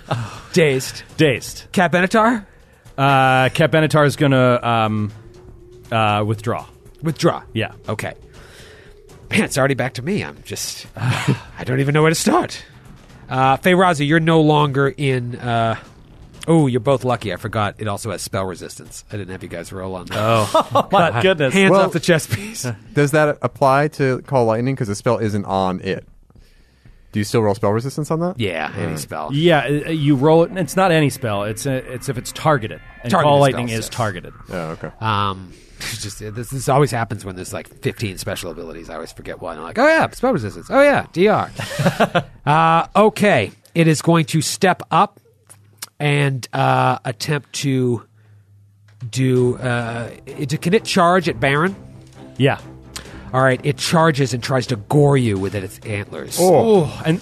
Speaker 2: dazed.
Speaker 6: Dazed.
Speaker 2: Cat Benatar,
Speaker 6: Uh, Cat Benatar is going to um, uh, withdraw.
Speaker 2: withdraw.
Speaker 6: Yeah.
Speaker 2: Okay. Man, it's already back to me. I'm just, <sighs> I don't even know where to start. Uh, Feyrazi, you're no longer in. Uh, oh, you're both lucky. I forgot it also has spell resistance. I didn't have you guys roll on that. Oh,
Speaker 4: My goodness.
Speaker 2: hands
Speaker 3: Well-
Speaker 2: off the chess piece.
Speaker 3: Does that apply to call lightning? Because the spell isn't on it. Do you still roll spell resistance on that?
Speaker 2: yeah, any spell.
Speaker 6: Yeah, uh, you roll it. It's not any spell. It's uh it's if it's targeted. And
Speaker 2: Targeted
Speaker 6: call lightning
Speaker 2: spells,
Speaker 6: is
Speaker 2: yes.
Speaker 6: targeted.
Speaker 3: Oh, okay.
Speaker 2: Um, <laughs> it's just this, this always happens when there's like 15 special abilities. I always forget one. I'm like, oh yeah, spell resistance. Oh yeah, DR. uh, okay, it is going to step up and uh, attempt to do. Uh, it, can it charge at Baron?
Speaker 6: Yeah.
Speaker 2: All right, it charges and tries to gore you with its antlers.
Speaker 6: Oh, and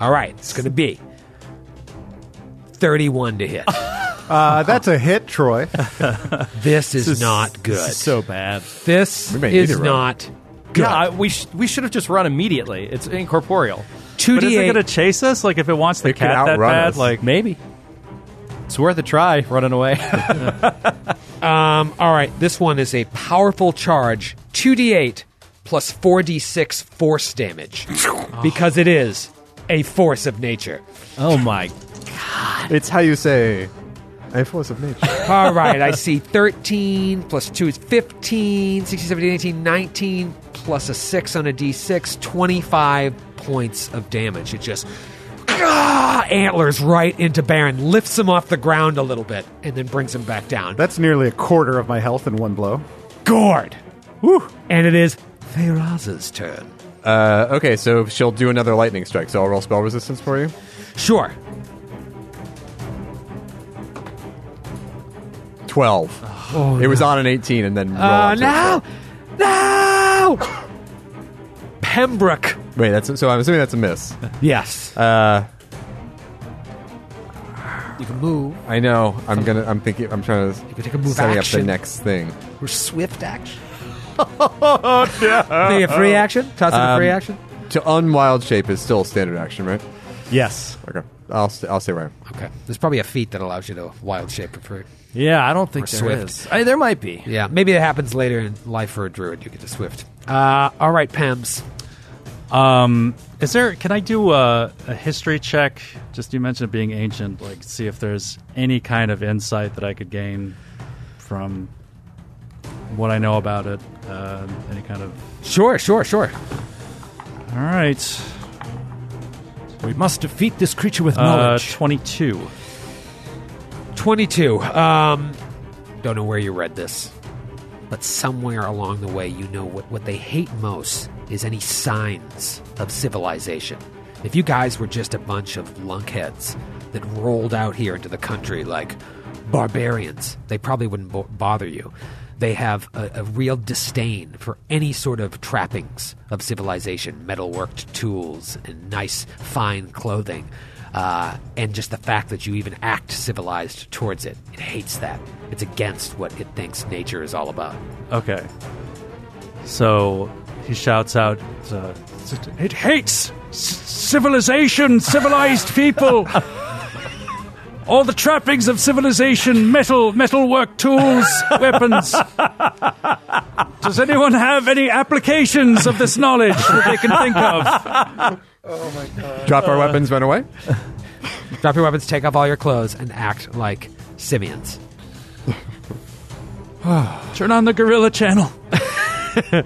Speaker 2: All right, it's going to be 31 to hit.
Speaker 5: <laughs> Uh, that's a hit, Troy.
Speaker 2: <laughs> this is not good.
Speaker 6: This is so bad.
Speaker 2: This
Speaker 3: may need
Speaker 2: is
Speaker 3: to roll.
Speaker 2: not good.
Speaker 6: Yeah, I- we sh- we should have just run immediately. It's incorporeal.
Speaker 2: Two
Speaker 4: But is it
Speaker 2: D8.
Speaker 4: going to chase us? Like, if it wants the
Speaker 3: It could
Speaker 4: cat that
Speaker 3: outrun
Speaker 4: bad,
Speaker 3: us.
Speaker 4: like,
Speaker 6: Maybe. It's worth a try running away. <laughs> Oh
Speaker 2: Um, all right, this one is a powerful charge, 2d8 plus 4d6 force
Speaker 3: <laughs>
Speaker 2: damage because it is a force of nature.
Speaker 6: oh my.
Speaker 3: It's how you say a force
Speaker 2: <laughs>
Speaker 3: of nature.
Speaker 2: All right, I see 13 plus 2 is 15, 16, 17, 18, 19 plus a 6 on a d6, 25 points of damage. It just ah, antlers right into Baron, lifts him off the ground a little bit, and then brings him back down.
Speaker 5: That's nearly a quarter of my health in one blow.
Speaker 2: gourd. Woo. And it is Feyraza's turn.
Speaker 3: uh, okay, so she'll do another lightning strike. So I'll roll spell resistance for you.
Speaker 2: Sure. <sighs>
Speaker 3: 12. it was on an 18 and then roll
Speaker 2: Oh,
Speaker 3: on to a
Speaker 2: no!
Speaker 3: 12.
Speaker 2: No! Pembroke.
Speaker 3: Wait, that's so I'm assuming that's a miss.
Speaker 2: Yes.
Speaker 4: Uh,
Speaker 2: you can move.
Speaker 3: I know. I'm gonna. I'm thinking. I'm trying to. You
Speaker 2: could take a move
Speaker 3: setting up
Speaker 2: action.
Speaker 3: the next thing.
Speaker 2: Or swift <laughs> action. oh, no. free Um, action? Toss in a free action?
Speaker 3: To unwild shape is still standard action, right?
Speaker 6: Yes.
Speaker 3: Okay. I'll st- I'll stay where I am.
Speaker 2: Okay. There's probably a feat that allows you to wild shape a fruit.
Speaker 6: Yeah, I don't think there is.
Speaker 2: swift.
Speaker 6: I, there might be.
Speaker 2: Yeah, maybe it happens later in life for a druid. You get to swift. Uh, all right, Pams.
Speaker 4: Um, is there? Can I do a, a history check? Just you mentioned being ancient. Like, see if there's any kind of insight that I could gain from what I know about it. Uh, any kind of.
Speaker 2: Sure, sure, sure.
Speaker 4: All right.
Speaker 6: We must defeat this creature with
Speaker 4: Uh,
Speaker 6: knowledge.
Speaker 4: Twenty-two.
Speaker 2: 22. Um, don't know where you read this, but somewhere along the way, you know what, what they hate most is any signs of civilization. If you guys were just a bunch of lunkheads that rolled out here into the country like barbarians, they probably wouldn't bo- bother you. They have a, a real disdain for any sort of trappings of civilization, metalworked tools and nice, fine clothing uh, and just the fact that you even act civilized towards it. It hates that. It's against what it thinks nature is all about.
Speaker 4: Okay. So he shouts out, uh, "It hates c- civilization, civilized
Speaker 6: <laughs>
Speaker 4: people." All the trappings of civilization, metal, metalwork tools, weapons. Does anyone have any applications of this knowledge that they can think of?
Speaker 3: Drop
Speaker 6: Uh,
Speaker 3: our weapons, run away.
Speaker 2: Drop your weapons, take off all your clothes, and act like simians.
Speaker 4: Turn on the gorilla channel.
Speaker 3: All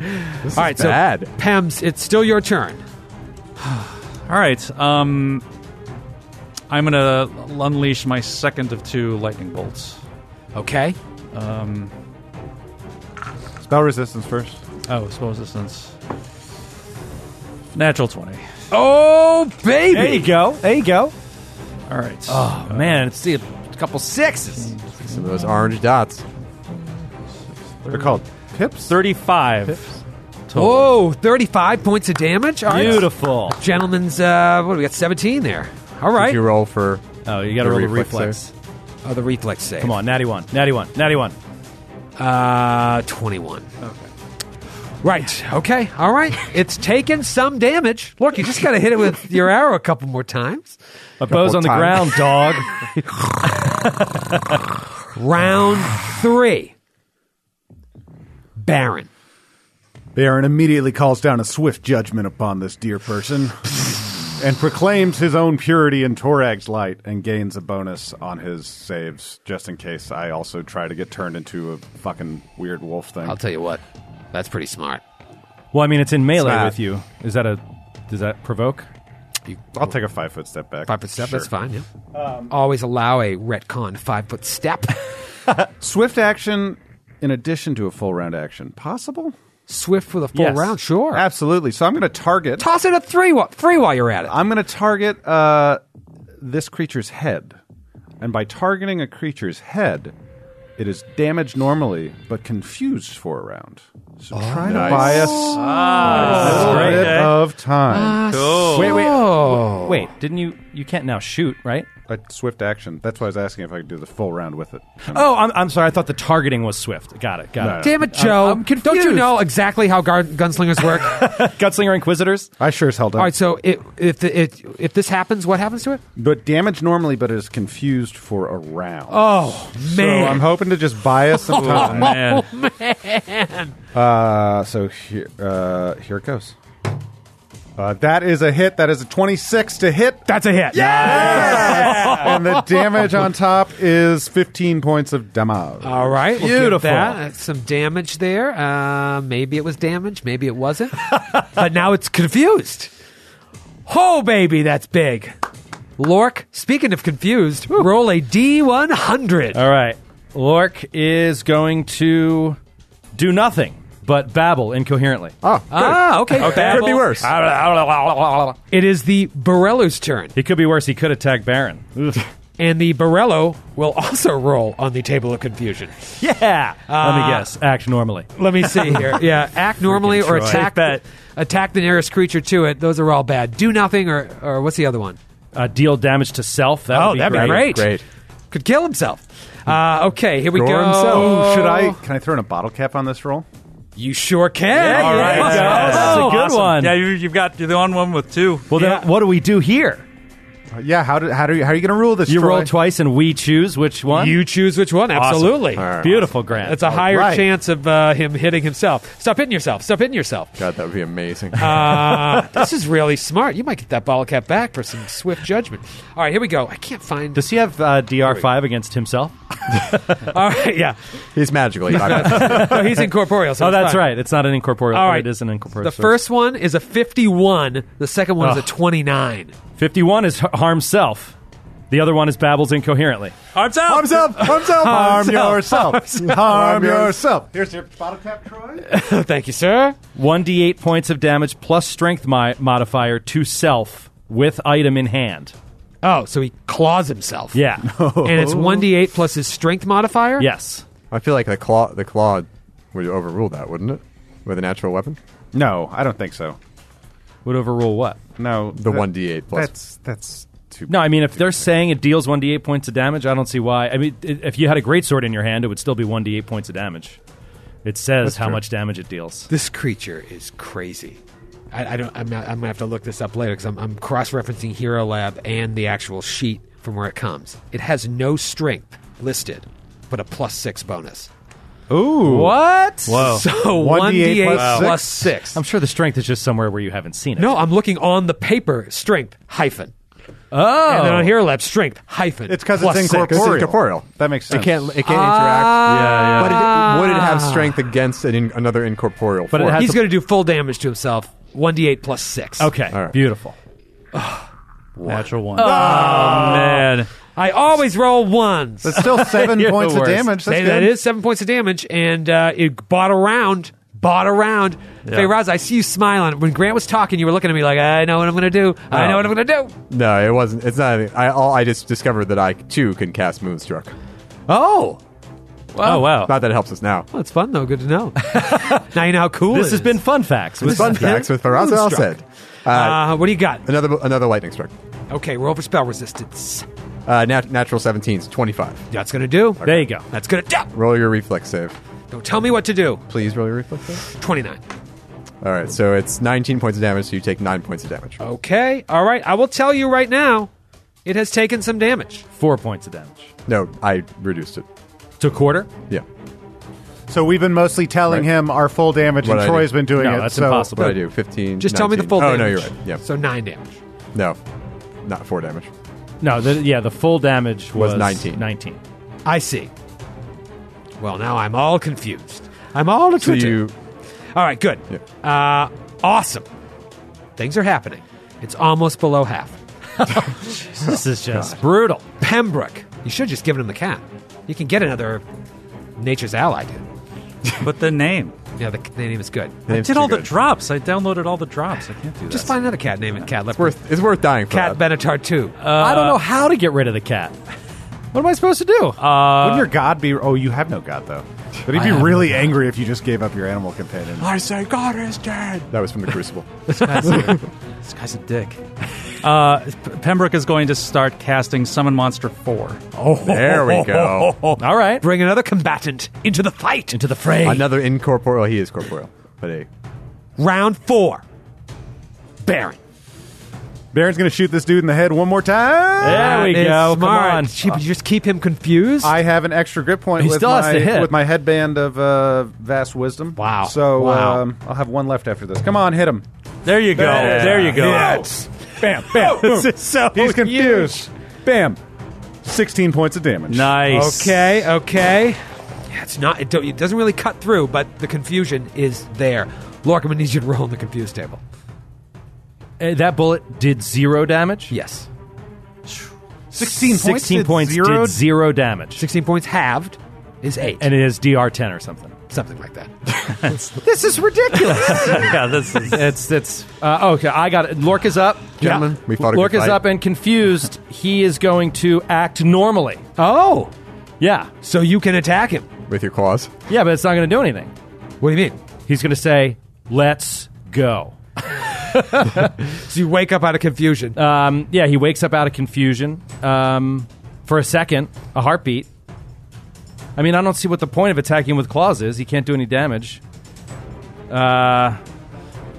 Speaker 3: right, bad.
Speaker 2: Pems, it's still your turn.
Speaker 4: All right. Um, I'm going to unleash my second of two lightning bolts.
Speaker 2: Okay?
Speaker 5: Spell resistance first.
Speaker 4: Oh, spell resistance. Natural 20.
Speaker 6: oh, baby! There you go. There you go.
Speaker 4: All right.
Speaker 6: Oh, man. It's a couple sixes.
Speaker 3: Some of those orange dots.
Speaker 5: They're called pips.
Speaker 4: 35. Total.
Speaker 2: Whoa, 35 points of damage? All right.
Speaker 6: Beautiful.
Speaker 2: Gentleman's, uh, what do we got? 17 there. All
Speaker 3: Did
Speaker 2: right.
Speaker 3: you roll for?
Speaker 6: Oh, you got to
Speaker 3: The
Speaker 6: roll the
Speaker 3: reflex
Speaker 6: reflex.
Speaker 2: Oh, the reflex save.
Speaker 6: Come on, natty one, natty one, natty one.
Speaker 2: Uh, 21. Okay. Right. Okay. All right. <laughs> It's taken some damage. Look, you just got to hit it with your arrow a couple more times.
Speaker 6: My bow's on the
Speaker 5: times.
Speaker 6: <laughs> ground, dog.
Speaker 2: <sighs> Round three. Baron.
Speaker 5: Baron immediately calls down a swift judgment upon this dear person and proclaims his own purity in Torag's light and gains a bonus on his saves just in case I also try to get turned into a fucking weird wolf thing.
Speaker 2: I'll tell you what, that's pretty smart.
Speaker 6: well, I mean, it's in melee
Speaker 5: Smack.
Speaker 6: with you. Is that a? Does that provoke?
Speaker 5: I'll take a five foot step back.
Speaker 2: Five foot step,
Speaker 5: Sure.
Speaker 2: that's fine. Yeah. Always allow a retcon five foot step. <laughs>
Speaker 5: Swift action in addition to a full round action. Possible?
Speaker 2: Swift with a full
Speaker 4: Yes.
Speaker 2: round, sure.
Speaker 5: Absolutely. So I'm going to target.
Speaker 2: Toss it a three, wa- three while you're at it.
Speaker 5: I'm going to target uh, this creature's head. And by targeting a creature's head, it is damaged normally, but confused for a round. So try to buy us a little bit of time.
Speaker 6: Wait, wait,
Speaker 2: Oh.
Speaker 6: wait. Didn't you? You can't now shoot, right?
Speaker 5: Like swift action. That's why I was asking if I could do the full round with it.
Speaker 6: Oh, I'm, I'm sorry. I thought the targeting was swift. Got it. Got it.
Speaker 2: Damn it, Joe.
Speaker 6: I'm
Speaker 2: Don't you
Speaker 6: confused.
Speaker 2: know exactly how guard- gunslingers work?
Speaker 6: Gunslinger Inquisitors.
Speaker 5: I sure as hell don't.
Speaker 2: All right, so it, if, the, it, if this happens, what happens to it?
Speaker 5: But damaged normally, but it is confused for a round.
Speaker 2: Oh,
Speaker 5: so I'm hoping to just buy us
Speaker 6: <laughs> Oh,
Speaker 5: some time.
Speaker 4: Man.
Speaker 5: Uh, so here, uh, here it goes. Uh, that is a hit. That is a 26 to hit.
Speaker 6: That's a hit.
Speaker 5: and the damage on top is 15 points of damage.
Speaker 2: All right, we'll give
Speaker 6: Beautiful.
Speaker 2: that. That's Some damage there. Uh, maybe it was damage, maybe it wasn't. <laughs> but now it's confused. Oh, baby, that's big. Lork, speaking of confused, roll a D100.
Speaker 6: All right. Lork is going to do nothing but babble incoherently.
Speaker 3: Oh, good.
Speaker 2: ah, okay.
Speaker 6: Babble.
Speaker 3: Could be worse.
Speaker 2: It is the Borello's turn,
Speaker 6: He could be worse. He could attack Baron.
Speaker 2: and the Borello will also roll on the table of confusion.
Speaker 6: <laughs> Yeah. Let me guess. Act normally.
Speaker 2: Let me see <laughs> here. Yeah, act normally or
Speaker 6: Troy.
Speaker 2: attack
Speaker 6: Bet.
Speaker 2: attack the nearest creature to it. Those are all bad. Do nothing or or what's the other one?
Speaker 6: Uh, deal damage to self. That
Speaker 2: Oh,
Speaker 6: would be
Speaker 2: that'd be great.
Speaker 6: great.
Speaker 3: Great.
Speaker 2: Could kill himself. Uh, okay, here we
Speaker 3: Gore
Speaker 2: go.
Speaker 3: himself.
Speaker 5: Should I? Can I throw in a bottle cap on this roll?
Speaker 2: You sure can.
Speaker 6: Yeah,
Speaker 4: All right.
Speaker 6: Yes.
Speaker 4: That's
Speaker 6: That's a good
Speaker 4: awesome.
Speaker 6: one.
Speaker 4: Yeah, you, you've got you're the on one with two.
Speaker 6: Well, then, what do we do here?
Speaker 5: Yeah, how do how do you how are you going to rule this?
Speaker 6: You
Speaker 5: Troy?
Speaker 6: roll twice and we choose which one?
Speaker 2: You choose which one.
Speaker 6: Awesome.
Speaker 2: Absolutely.
Speaker 6: Beautiful, Grant.
Speaker 2: It's a higher
Speaker 5: right.
Speaker 2: chance of uh, him hitting himself. Stop hitting yourself. Stop hitting yourself.
Speaker 3: God, that would be amazing.
Speaker 6: <laughs>
Speaker 2: Uh, this is really smart. You might get that bottle cap back for some swift judgment. All right, here we go. I can't find.
Speaker 6: Does he have uh, DR5 against himself?
Speaker 2: All right, yeah.
Speaker 3: <laughs> He's magical. <laughs> He's not-
Speaker 2: No, he's incorporeal. So
Speaker 6: <laughs> <laughs> Oh,
Speaker 2: it's
Speaker 6: that's
Speaker 2: fine.
Speaker 6: right. It's not an incorporeal.
Speaker 2: All
Speaker 6: but
Speaker 2: right.
Speaker 6: It is an incorporeal.
Speaker 2: The
Speaker 6: source.
Speaker 2: first one is a 51. The second one is a 29.
Speaker 6: 51 is har- harm self. The other one is babbles incoherently. Harm's out.
Speaker 3: Harm self, harm self, harm yourself, harm yourself.
Speaker 5: Here's your bottle cap, Troy.
Speaker 2: Thank you, sir.
Speaker 6: 1d8 points of damage plus strength mi- modifier to self with item in hand.
Speaker 2: Oh, so he claws himself.
Speaker 6: <laughs> Yeah.
Speaker 2: And it's 1d8 plus his strength modifier?
Speaker 6: yes.
Speaker 3: I feel like the claw, the claw would overrule that, wouldn't it? With a natural weapon,
Speaker 5: No, I don't think so.
Speaker 6: Would overrule what?
Speaker 5: No,
Speaker 3: the
Speaker 5: that-
Speaker 3: one d eight plus.
Speaker 5: That's that's too.
Speaker 6: No, I mean, if they're saying it deals 1d8 points of damage, I don't see why. I mean, i- if you had a great sword in your hand, it would still be 1d8 points of damage. It says how much damage it deals.
Speaker 2: This creature is crazy. I, I don't. I'm, not, I'm gonna have to look this up later because I'm, I'm cross-referencing Hero Lab and the actual sheet from where it comes. It has no strength listed, but a plus six bonus.
Speaker 5: Ooh,
Speaker 6: What? <laughs> Whoa.
Speaker 2: <laughs> So
Speaker 5: 1d8
Speaker 2: 1d8
Speaker 5: plus
Speaker 2: plus six.
Speaker 6: I'm sure the strength is just somewhere where you haven't seen
Speaker 2: <laughs>
Speaker 6: it.
Speaker 2: No, I'm looking on the paper. Strength hyphen.
Speaker 6: Oh.
Speaker 2: And then on Hero Lab, strength hyphen.
Speaker 5: It's 'cause it's
Speaker 2: plus six.
Speaker 5: incorporeal.
Speaker 3: 'Cause it's incorporeal.
Speaker 5: That makes sense.
Speaker 3: It can't. It can't
Speaker 2: Ah.
Speaker 3: interact.
Speaker 6: yeah, yeah.
Speaker 3: But it, would it have strength against an in, another incorporeal?
Speaker 6: But it
Speaker 3: form?
Speaker 6: has-
Speaker 2: He's going to do full damage to himself. 1d8 plus 6.
Speaker 6: Okay.
Speaker 3: All right.
Speaker 6: Beautiful.
Speaker 4: Natural one. Oh, man.
Speaker 2: I always roll ones.
Speaker 5: That's still seven
Speaker 6: <laughs> You're the
Speaker 5: points of
Speaker 6: worst.
Speaker 5: damage. That's
Speaker 2: Hey,
Speaker 5: good.
Speaker 2: that is seven points of damage, and uh, it bought around. Bought around. Hey, Roz, I see you smiling. When Grant was talking, you were looking at me like, I know what I'm going to do.
Speaker 6: Oh.
Speaker 2: I know what I'm going to do.
Speaker 3: no, it wasn't. It's not. anything. I all I just discovered that I too can cast Moonstruck.
Speaker 2: Oh.
Speaker 4: oh, wow.
Speaker 3: Not that it helps us now.
Speaker 2: Well, it's fun, though. Good to
Speaker 6: <laughs>
Speaker 2: know. now you know how cool
Speaker 6: This
Speaker 2: it is.
Speaker 6: has been fun facts.
Speaker 3: It's fun facts with Faraz Al said.
Speaker 2: Uh, what do you got?
Speaker 3: Another another lightning strike.
Speaker 2: Okay, roll for spell resistance.
Speaker 3: Uh, nat- natural 17s, 25.
Speaker 2: That's going to do.
Speaker 6: There you go.
Speaker 2: That's going to do.
Speaker 3: Roll your reflex save.
Speaker 2: Don't tell me what to do.
Speaker 3: Please roll your reflex save.
Speaker 2: 29.
Speaker 3: All right, so it's 19 points of damage, so you take 9 points of damage.
Speaker 2: Oh. Okay. All right. I will tell you right now, it has taken some damage.
Speaker 6: Four points of damage.
Speaker 3: No, I reduced it.
Speaker 6: To quarter?
Speaker 3: Yeah.
Speaker 5: So we've been mostly telling
Speaker 3: Right.
Speaker 5: him our full damage,
Speaker 3: What I
Speaker 5: and
Speaker 3: do.
Speaker 5: Troy's been doing
Speaker 6: No,
Speaker 5: it.
Speaker 6: that's
Speaker 5: so
Speaker 6: impossible.
Speaker 3: What did I do? 15.
Speaker 2: Just tell me the
Speaker 3: 19.
Speaker 2: full
Speaker 3: Oh,
Speaker 2: damage.
Speaker 3: no, you're right. Yeah.
Speaker 2: So nine damage.
Speaker 3: no, not 4 damage.
Speaker 6: No, the, yeah, the full damage was,
Speaker 3: Was 19.
Speaker 6: 19.
Speaker 2: I see. Well, now I'm all confused. I'm all a
Speaker 3: So
Speaker 2: twitter.
Speaker 3: you.
Speaker 2: All right, good. Uh, awesome. Things are happening. It's almost below half. <laughs>
Speaker 6: This is just brutal.
Speaker 2: Pembroke. You should have just given him the cat. You can get another Nature's Ally, dude.
Speaker 4: But the name.
Speaker 2: Yeah, the cat name is good.
Speaker 4: I
Speaker 3: name's
Speaker 4: did
Speaker 3: too
Speaker 4: all the
Speaker 3: good.
Speaker 4: drops. I downloaded all the drops. I can't do that.
Speaker 2: Just find another cat name and cat left.
Speaker 3: Worth, it's worth dying for.
Speaker 2: Cat
Speaker 3: that.
Speaker 2: Benatar 2.
Speaker 6: I don't know how to get rid of the cat. What am I supposed to do? Uh,
Speaker 5: Wouldn't your god be? Oh, you have no god though. But he'd be really angry if you just gave up your animal companion.
Speaker 3: I say God is dead. That was from the Crucible.
Speaker 4: This guy's a dick. Uh, P- Pembroke is going to start casting Summon Monster 4.
Speaker 3: there we go.
Speaker 4: <laughs> Oh,
Speaker 6: All right.
Speaker 2: Bring another combatant into the fight.
Speaker 6: Into the fray.
Speaker 3: Another incorporeal. He is corporeal. But hey,
Speaker 2: Round four. Baron.
Speaker 5: Baron's gonna shoot this dude in the head one more time.
Speaker 6: there we
Speaker 2: That is
Speaker 6: go.
Speaker 2: Smart.
Speaker 6: Come on.
Speaker 2: She- you just keep him confused.
Speaker 5: I have an extra grip point
Speaker 6: He
Speaker 5: with
Speaker 6: still has
Speaker 5: my
Speaker 6: to hit.
Speaker 5: with my headband of uh, vast wisdom.
Speaker 2: Wow.
Speaker 5: So
Speaker 2: Wow.
Speaker 5: Um, I'll have one left after this. Come on, hit him.
Speaker 4: There you go. There you go.
Speaker 5: Bam, bam. boom. He's confused. Bam. Sixteen points of damage.
Speaker 4: Nice.
Speaker 2: okay, okay. Yeah, It's not. It, don't, it doesn't really cut through, but the confusion is there. Lorkman needs you to roll on the confused table.
Speaker 6: Uh, that bullet did zero damage?
Speaker 2: Yes,
Speaker 5: 16 points
Speaker 6: 16
Speaker 5: did
Speaker 6: points
Speaker 5: zero-
Speaker 6: did zero damage.
Speaker 2: sixteen points halved is eight,
Speaker 6: And it is DR 10 or something.
Speaker 2: something like
Speaker 6: <laughs>
Speaker 2: that.
Speaker 6: This is <laughs> ridiculous.
Speaker 4: yeah, this is.
Speaker 6: it's, it's, uh, okay, I got it. Lorca's up.
Speaker 3: Gentlemen, we fought a good
Speaker 6: Lorca's
Speaker 3: fight.
Speaker 6: up and confused. he is going to act normally.
Speaker 2: Oh,
Speaker 6: Yeah.
Speaker 2: so you can attack him?
Speaker 3: with your claws.
Speaker 6: Yeah, but it's not going to do anything.
Speaker 2: What do you mean?
Speaker 6: He's going to say, let's go.
Speaker 2: So you wake up out of confusion?
Speaker 6: Um, yeah, he wakes up out of confusion um, for a second, a heartbeat. I mean, I don't see what the point of attacking with claws is. He can't do any damage. Uh,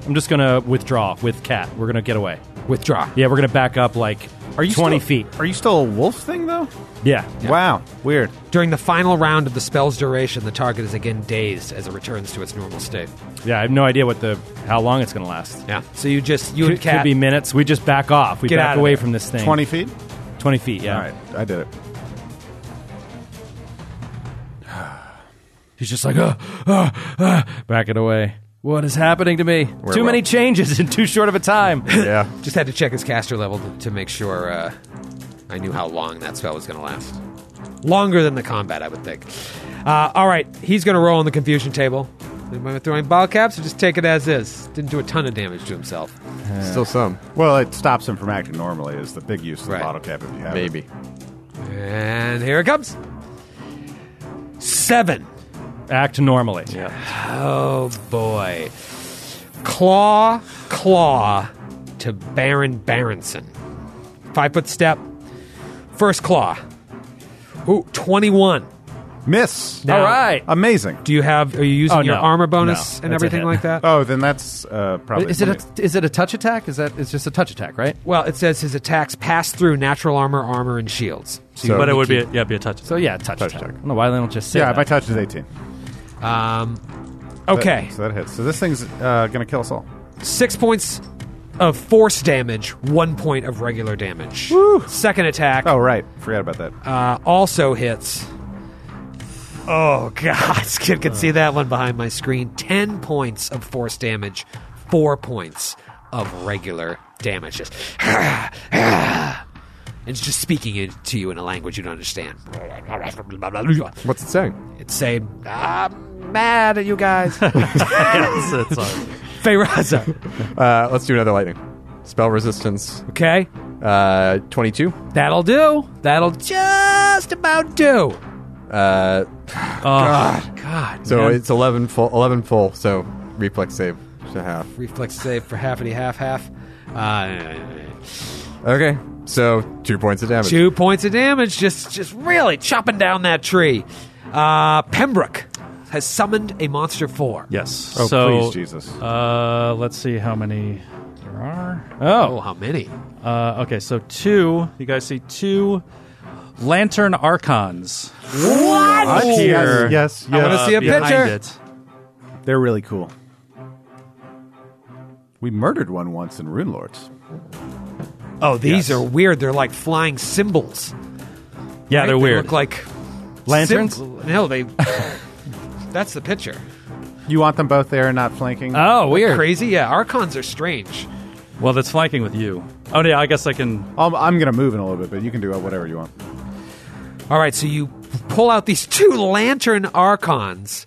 Speaker 6: I'm just going to withdraw with Cat. We're going to get away.
Speaker 2: Withdraw.
Speaker 6: Yeah, we're going to back up like
Speaker 5: Are you
Speaker 6: 20
Speaker 5: still-
Speaker 6: feet.
Speaker 5: Are you still a wolf thing though?
Speaker 6: Yeah.
Speaker 5: Wow, weird.
Speaker 2: During the final round of the spell's duration, the target is again dazed as it returns to its normal state.
Speaker 6: Yeah, I have no idea what the how long it's going to last.
Speaker 2: Yeah. So you just you
Speaker 6: Could,
Speaker 2: and Cat
Speaker 6: could be minutes. We just back off. We
Speaker 2: Get out
Speaker 6: back
Speaker 2: of
Speaker 6: away
Speaker 2: there.
Speaker 6: from this thing.
Speaker 5: Twenty feet.
Speaker 6: 20 feet, yeah.
Speaker 5: All right, I did it.
Speaker 6: He's just like, uh, uh, uh, back it away. What is happening to me? too
Speaker 5: well.
Speaker 6: many changes in too short of a <laughs> time.
Speaker 5: Yeah.
Speaker 2: just had to check his caster level to, to make sure uh, I knew how long that spell was going to last. Longer than the combat, I would think. Uh, all right, he's going to roll on the confusion table. Am I throwing ball caps or just take it as is? Didn't do a ton of damage to himself.
Speaker 3: Still some.
Speaker 5: Well, it stops him from acting normally. Is the big use of
Speaker 2: Right.
Speaker 5: the bottle cap if you have it.
Speaker 3: Maybe.
Speaker 2: And here it comes. Seven.
Speaker 6: Act normally.
Speaker 2: Oh boy. Claw, claw to Baron Berenson. Five foot step. First claw. Ooh, 21.
Speaker 5: Miss.
Speaker 2: Now-
Speaker 6: All right.
Speaker 5: Amazing.
Speaker 2: Do you have? Are you using
Speaker 6: Oh,
Speaker 2: your
Speaker 6: no.
Speaker 2: armor
Speaker 6: No,
Speaker 2: bonus and
Speaker 6: that's a
Speaker 2: everything
Speaker 6: hit.
Speaker 2: like
Speaker 6: <laughs>
Speaker 2: that?
Speaker 5: Oh, then that's uh, probably.
Speaker 10: Is it a, is it a touch attack? Is that it's just a touch attack, right?
Speaker 2: well, it says his attacks pass through natural armor, armor, and shields.
Speaker 3: So-
Speaker 4: but it would be a, yeah, be a touch.
Speaker 6: So, yeah, touch,
Speaker 3: Touch
Speaker 6: attack.
Speaker 3: attack.
Speaker 6: I don't know why they don't just say
Speaker 5: yeah,
Speaker 6: that.
Speaker 5: my touch is eighteen.
Speaker 2: Um, okay,
Speaker 5: So that hits. So this thing's uh, gonna kill us all.
Speaker 2: six points of force damage, one point of regular damage. Second attack
Speaker 5: Oh right, forgot about that.
Speaker 2: uh, also hits. Oh god, <laughs> Skip can see that one behind my screen. Ten points of force damage, four points of regular damage. Just <sighs> it's just speaking it to you in a language you don't understand.
Speaker 3: What's it saying?
Speaker 2: It's saying, "I'm mad at you <laughs> guys." Feyraza.
Speaker 3: Uh, let's do another lightning. Spell resistance.
Speaker 2: Okay,
Speaker 3: Uh, 22.
Speaker 2: that'll do. That'll just about do.
Speaker 3: Uh,
Speaker 2: God,
Speaker 3: so it's 11 full. 11 full. So reflex save to half.
Speaker 2: reflex save for halfity half half. Uh,
Speaker 3: Okay. So two points of damage.
Speaker 2: Two points of damage, just just really chopping down that tree. Uh, Pembroke has summoned a monster four.
Speaker 4: Yes.
Speaker 5: Oh
Speaker 4: so,
Speaker 5: please, Jesus.
Speaker 4: Uh, let's see how many there are.
Speaker 2: Oh, how many?
Speaker 4: Uh, okay, so two. You guys see two lantern archons.
Speaker 5: What?
Speaker 4: Here.
Speaker 5: Yes. yes.
Speaker 2: I want to see a
Speaker 4: behind
Speaker 2: picture.
Speaker 4: It.
Speaker 5: They're really cool. We murdered one once in Rune Lords.
Speaker 2: Oh, these
Speaker 5: Yes.
Speaker 2: are weird. They're like flying symbols.
Speaker 4: Yeah,
Speaker 2: right?
Speaker 4: they're
Speaker 2: They
Speaker 4: weird.
Speaker 2: Look like
Speaker 4: Lanterns?
Speaker 2: symb- no, they. <laughs> that's the picture.
Speaker 5: You want them both there and not flanking?
Speaker 4: oh, weird.
Speaker 2: Crazy, yeah. Archons are strange.
Speaker 4: Well, that's flanking with you. Oh, yeah, I guess I can.
Speaker 5: I'm, Um, I'm going to move in a little bit, but you can do whatever you want.
Speaker 2: All right, so you pull out these <laughs> two lantern archons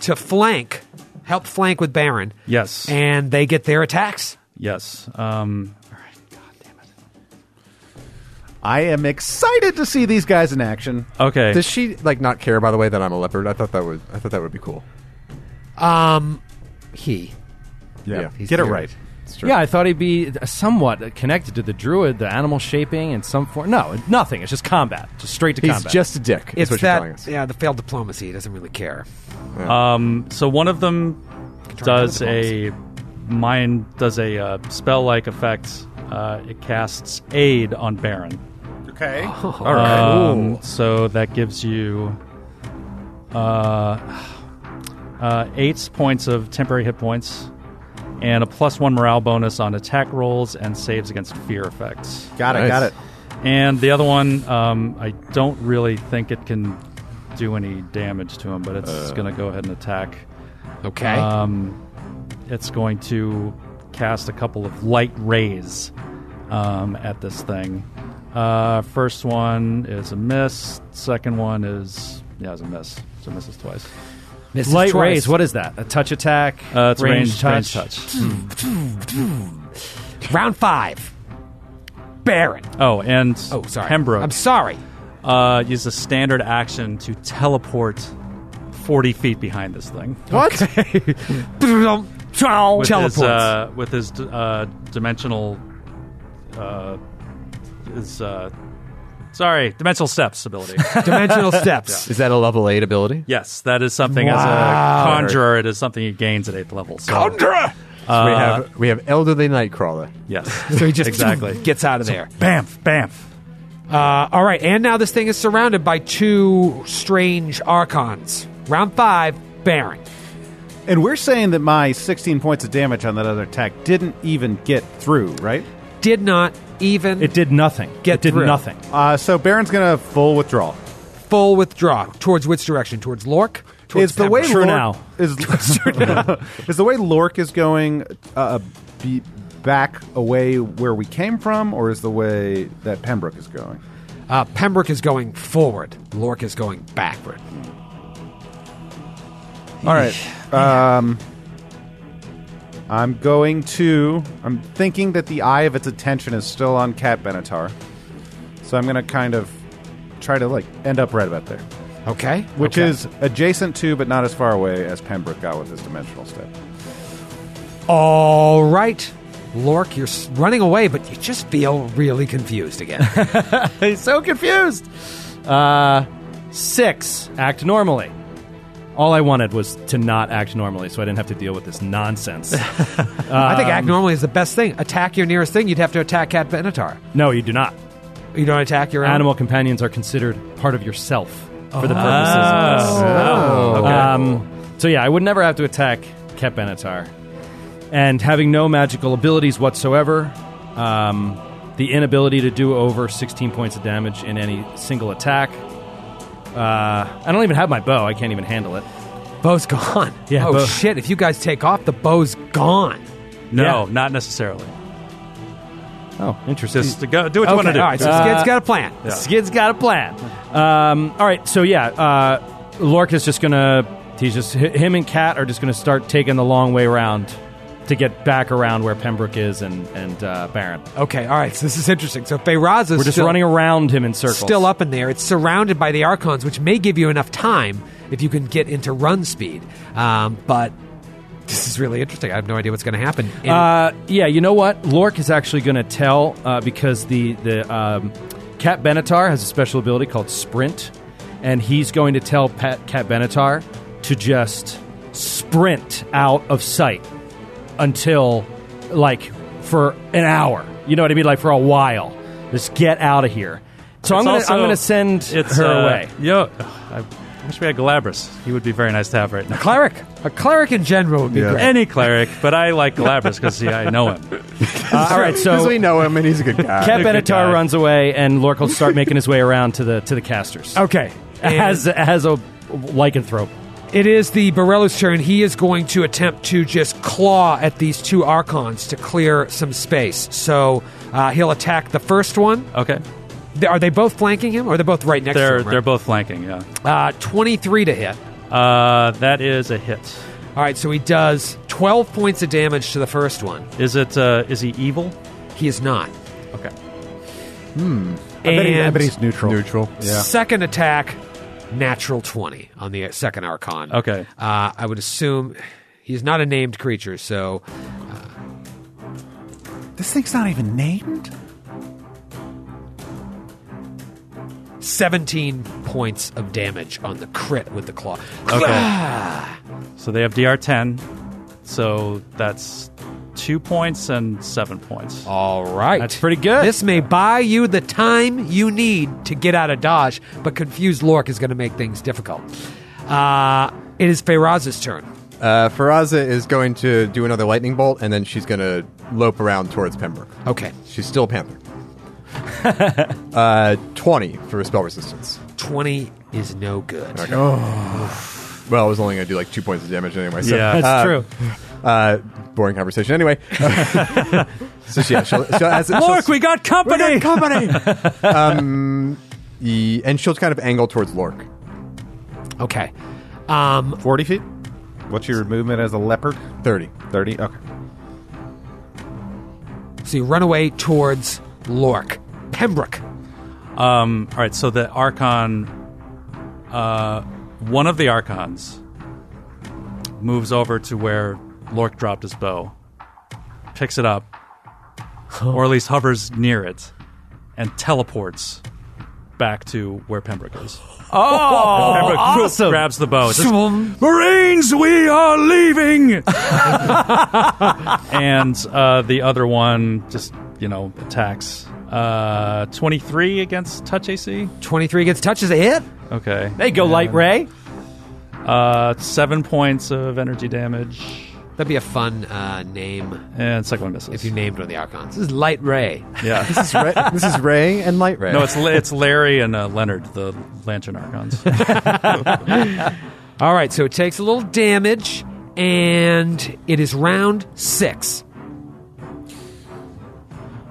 Speaker 2: to flank, help flank with Baron,
Speaker 4: Yes.
Speaker 2: and they get their attacks.
Speaker 4: yes. Um, all right. God damn it.
Speaker 5: I am excited to see these guys in action.
Speaker 4: Okay.
Speaker 3: Does she like not care? By the way, that I'm a leopard. I thought that would. I thought that would be cool.
Speaker 2: He.
Speaker 3: Yeah.
Speaker 2: He's
Speaker 5: Get it
Speaker 2: here.
Speaker 5: right.
Speaker 6: Yeah, I thought he'd be somewhat connected to the druid, the animal shaping, and some form. No, nothing. It's just combat, just straight to
Speaker 3: He's
Speaker 6: combat.
Speaker 3: just a dick.
Speaker 2: It's
Speaker 3: Is what you're telling
Speaker 2: that
Speaker 3: us.
Speaker 2: yeah, the failed diplomacy. He doesn't really care.
Speaker 4: um, so one of them does
Speaker 2: down the
Speaker 4: a mind does a uh, spell like effect. Uh, it casts aid on Baron.
Speaker 5: Okay.
Speaker 2: All right.
Speaker 4: Um, so that gives you uh, <sighs> uh, eight points of temporary hit points and a plus one morale bonus on attack rolls and saves against fear effects.
Speaker 5: Got it.
Speaker 3: Nice.
Speaker 5: Got it.
Speaker 4: And the other one, um, I don't really think it can do any damage to him, but it's going to go ahead and attack.
Speaker 2: okay.
Speaker 4: Um, it's going to cast a couple of light rays um, at this thing. Uh, first one is a miss. Second one is yeah, it's a miss. So it misses twice.
Speaker 2: Misses
Speaker 6: Light
Speaker 2: twice.
Speaker 6: raise. What is that? A touch attack?
Speaker 4: Uh, it's
Speaker 6: range,
Speaker 4: range, range
Speaker 6: touch.
Speaker 4: touch.
Speaker 2: Round five. Baron.
Speaker 4: Oh, and
Speaker 2: Oh, sorry.
Speaker 4: Pembroke
Speaker 2: I'm sorry.
Speaker 4: uh, used a standard action to teleport forty feet behind this thing.
Speaker 2: What? Okay. Teleports.
Speaker 4: His, uh, with his d- uh, dimensional. Uh, his, uh, sorry, dimensional
Speaker 2: <laughs>
Speaker 4: steps ability.
Speaker 2: Dimensional
Speaker 4: <laughs>
Speaker 2: steps.
Speaker 3: Is that a level eight ability?
Speaker 4: yes, that is something as a
Speaker 2: Wow.
Speaker 4: conjurer, it is something he gains at eighth level. So,
Speaker 2: Conjurer.
Speaker 3: we
Speaker 4: Uh,
Speaker 3: have we have elderly nightcrawler.
Speaker 6: Yes.
Speaker 2: <laughs> So he just <laughs>
Speaker 6: Exactly.
Speaker 2: gets out of there.
Speaker 4: Bamf, bamf.
Speaker 2: Uh, all right, and now this thing is surrounded by two strange archons. Round five, Baron.
Speaker 5: And we're saying that my 16 points of damage on that other attack didn't even get through, right?
Speaker 2: Did not even
Speaker 6: It did nothing.
Speaker 2: Get
Speaker 6: it did
Speaker 2: through.
Speaker 6: nothing.
Speaker 5: Uh, so Baron's going to full withdraw.
Speaker 2: full withdraw. Towards which direction? Towards Lork? Towards
Speaker 5: Is the way
Speaker 6: True
Speaker 5: Lork
Speaker 6: now.
Speaker 5: <laughs> is True now. is the way Lork is going uh, be back away where we came from, or is the way that Pembroke is going?
Speaker 2: Uh, Pembroke is going forward. Lork is going backward.
Speaker 5: All right. Um, I'm going to. I'm thinking that the eye of its attention is still on Cat Benatar, so I'm going to kind of try to like end up right about there,
Speaker 2: Okay?
Speaker 5: which
Speaker 2: Okay.
Speaker 5: is adjacent to but not as far away as Pembroke got with his dimensional step.
Speaker 2: All right. Lork, you're s- running away, but you just feel really confused again.
Speaker 6: He's so confused. Uh, six. Act normally. All I wanted was to not act normally, so I didn't have to deal with this nonsense.
Speaker 2: I think act normally is the best thing. Attack your nearest thing. You'd have to attack Cat Benatar.
Speaker 6: no, you do not.
Speaker 2: You don't attack your own?
Speaker 6: Animal companions are considered part of yourself for the purposes of this. Um, so yeah, I would never have to attack Kep Benatar. And having no magical abilities whatsoever, um, the inability to do over 16 points of damage in any single attack. Uh, I don't even have my bow. I can't even handle it.
Speaker 2: Bow's gone.
Speaker 6: Yeah,
Speaker 2: Oh
Speaker 6: bow-
Speaker 2: shit! If you guys take off, the bow's gone.
Speaker 4: No,
Speaker 6: Yeah.
Speaker 4: not necessarily.
Speaker 6: Oh, interesting.
Speaker 4: Just to go, do what you want to do.
Speaker 2: All right. So
Speaker 6: Uh,
Speaker 2: Skid's got a plan.
Speaker 6: Skid's got a plan. Um, all right, so yeah, uh, Lork is just gonna. He's just hi- him and Cat are just gonna start taking the long way around to get back around where Pembroke is and and uh, Baron.
Speaker 2: Okay. All right. So this is interesting. So Feyraza
Speaker 6: We're just
Speaker 2: still,
Speaker 6: running around him in circles.
Speaker 2: still up in there. It's surrounded by the archons, which may give you enough time if you can get into run speed. Um, but this is really interesting. I have no idea what's going to happen. And-
Speaker 6: Uh, yeah, you know what? Lork is actually going to tell uh, because the the um, Cat Benatar has a special ability called Sprint, and he's going to tell Pat, Cat Benatar to just sprint out of sight until like for an hour. You know what I mean? Like for a while, just get out of here. So I'm
Speaker 4: It's
Speaker 6: gonna
Speaker 4: also-
Speaker 6: I'm gonna send
Speaker 2: Oh,
Speaker 4: it's,
Speaker 6: her
Speaker 4: uh, <laughs>
Speaker 6: away.
Speaker 4: Yo, I wish we had Galabras. He would be very nice to have right now. <laughs>
Speaker 2: cleric. A cleric in general would be great.
Speaker 4: Any cleric, but I like Galabras because I know him.
Speaker 6: Uh,
Speaker 4: <laughs>
Speaker 6: all right, so
Speaker 3: Because we know him and he's a good guy.
Speaker 6: Cat
Speaker 4: Good guy.
Speaker 6: Uh, Benatar runs away, and Lork will start making his way around to the to
Speaker 4: <laughs>
Speaker 6: the casters.
Speaker 2: okay.
Speaker 6: as as a lycanthrope.
Speaker 2: It is the Borello's turn. He is going to attempt to just claw at these two Archons to clear some space. So uh, he'll attack the first one. <laughs>
Speaker 4: Okay,
Speaker 2: Th- Are they both flanking him, or they're both right next to
Speaker 4: they're
Speaker 2: him?
Speaker 4: they're both flanking. Yeah,
Speaker 2: uh, twenty-three to hit.
Speaker 4: uh, that is a hit.
Speaker 2: All right, so he does twelve points of damage to the first one.
Speaker 4: Is it? Uh, is he evil?
Speaker 2: He is not.
Speaker 4: Okay.
Speaker 2: And
Speaker 5: neutral.
Speaker 3: Neutral.
Speaker 2: second attack, natural twenty on the second Archon.
Speaker 4: Okay.
Speaker 2: Uh, I would assume he's not a named creature, so uh,
Speaker 5: This thing's not even named.
Speaker 2: seventeen points of damage on the crit with the claw.
Speaker 4: Okay. so they have DR ten. So that's two points and seven points.
Speaker 2: All right.
Speaker 6: That's pretty good.
Speaker 2: This may buy you the time you need to get out of dodge, but confused Lork is going to make things difficult. Uh, it is Feyraz's turn.
Speaker 3: Uh, Faraza is going to do another lightning bolt, and then she's going to lope around towards Pembroke.
Speaker 2: Okay.
Speaker 3: She's still a
Speaker 4: <laughs>
Speaker 3: panther. uh, 20 for spell resistance.
Speaker 2: 20 is no good.
Speaker 3: Well, I was only going to do like two points of damage anyway. So,
Speaker 4: Yeah. That's
Speaker 3: uh,
Speaker 6: true.
Speaker 3: Uh, boring conversation
Speaker 4: <laughs>
Speaker 3: anyway. so yeah, she'll, she'll, as, she'll-
Speaker 4: Lork, we got company.
Speaker 3: company. um,
Speaker 4: <laughs>
Speaker 3: e- and she'll kind of angle towards Lork.
Speaker 2: Okay. Um,
Speaker 5: 40 feet? What's your movement as a leopard?
Speaker 3: 30.
Speaker 5: 30? Okay.
Speaker 2: so you run away towards Lork. Pembroke.
Speaker 4: Um, all right, so the Archon, uh, one of the Archons moves over to where Lork dropped his bow, picks it up, or at least hovers near it, and teleports back to where Pembroke is.
Speaker 11: Oh,
Speaker 4: Pembroke
Speaker 11: awesome.
Speaker 4: grabs the bow. It says, Marines, we are leaving. and uh, the other one just you know attacks. Uh, twenty three against touch AC.
Speaker 2: 23 gets touches a hit.
Speaker 4: Okay.
Speaker 11: There you go, Light Ray.
Speaker 4: Uh, seven points of energy damage,
Speaker 2: That'd be a fun uh, name
Speaker 4: and second one misses.
Speaker 2: if you named one of the Archons. This is Light Ray.
Speaker 4: <laughs> yeah.
Speaker 3: This is Ray, this is Ray and Light Ray.
Speaker 4: No, it's it's Larry and uh, Leonard, the Lantern Archons.
Speaker 2: All right, so it takes a little damage, and it is round six.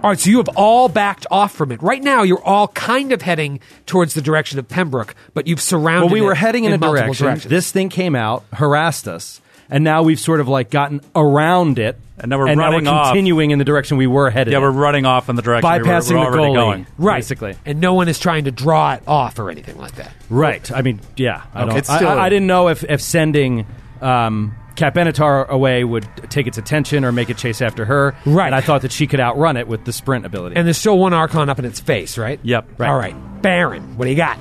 Speaker 2: All right, so you have all backed off from it. Right now, you're all kind of heading towards the direction of Pembroke, but you've surrounded.
Speaker 6: Well, we were
Speaker 2: it
Speaker 6: heading in, a
Speaker 2: multiple
Speaker 6: direction.
Speaker 2: directions.
Speaker 6: This thing came out, harassed us, and now we've sort of like gotten around it,
Speaker 4: And now we're running
Speaker 6: we're
Speaker 4: off.
Speaker 6: continuing in the direction we were headed.
Speaker 4: yeah,
Speaker 6: in.
Speaker 4: we're running off in the direction we were-
Speaker 6: bypassing
Speaker 4: we were,
Speaker 6: the
Speaker 4: already
Speaker 6: goalie,
Speaker 4: going.
Speaker 2: right,
Speaker 6: basically.
Speaker 2: and no one is trying to draw it off or anything like that.
Speaker 6: Right. I mean, yeah. I, don't,
Speaker 3: It's still-
Speaker 6: I, I, I didn't know if, if sending um, Cap Benatar away would take its attention or make it chase after her.
Speaker 2: Right.
Speaker 6: And I thought that she could outrun it with the sprint ability.
Speaker 2: And there's still one Archon up in its face, right?
Speaker 4: Yep.
Speaker 2: Right. All right, Baron, what do you got?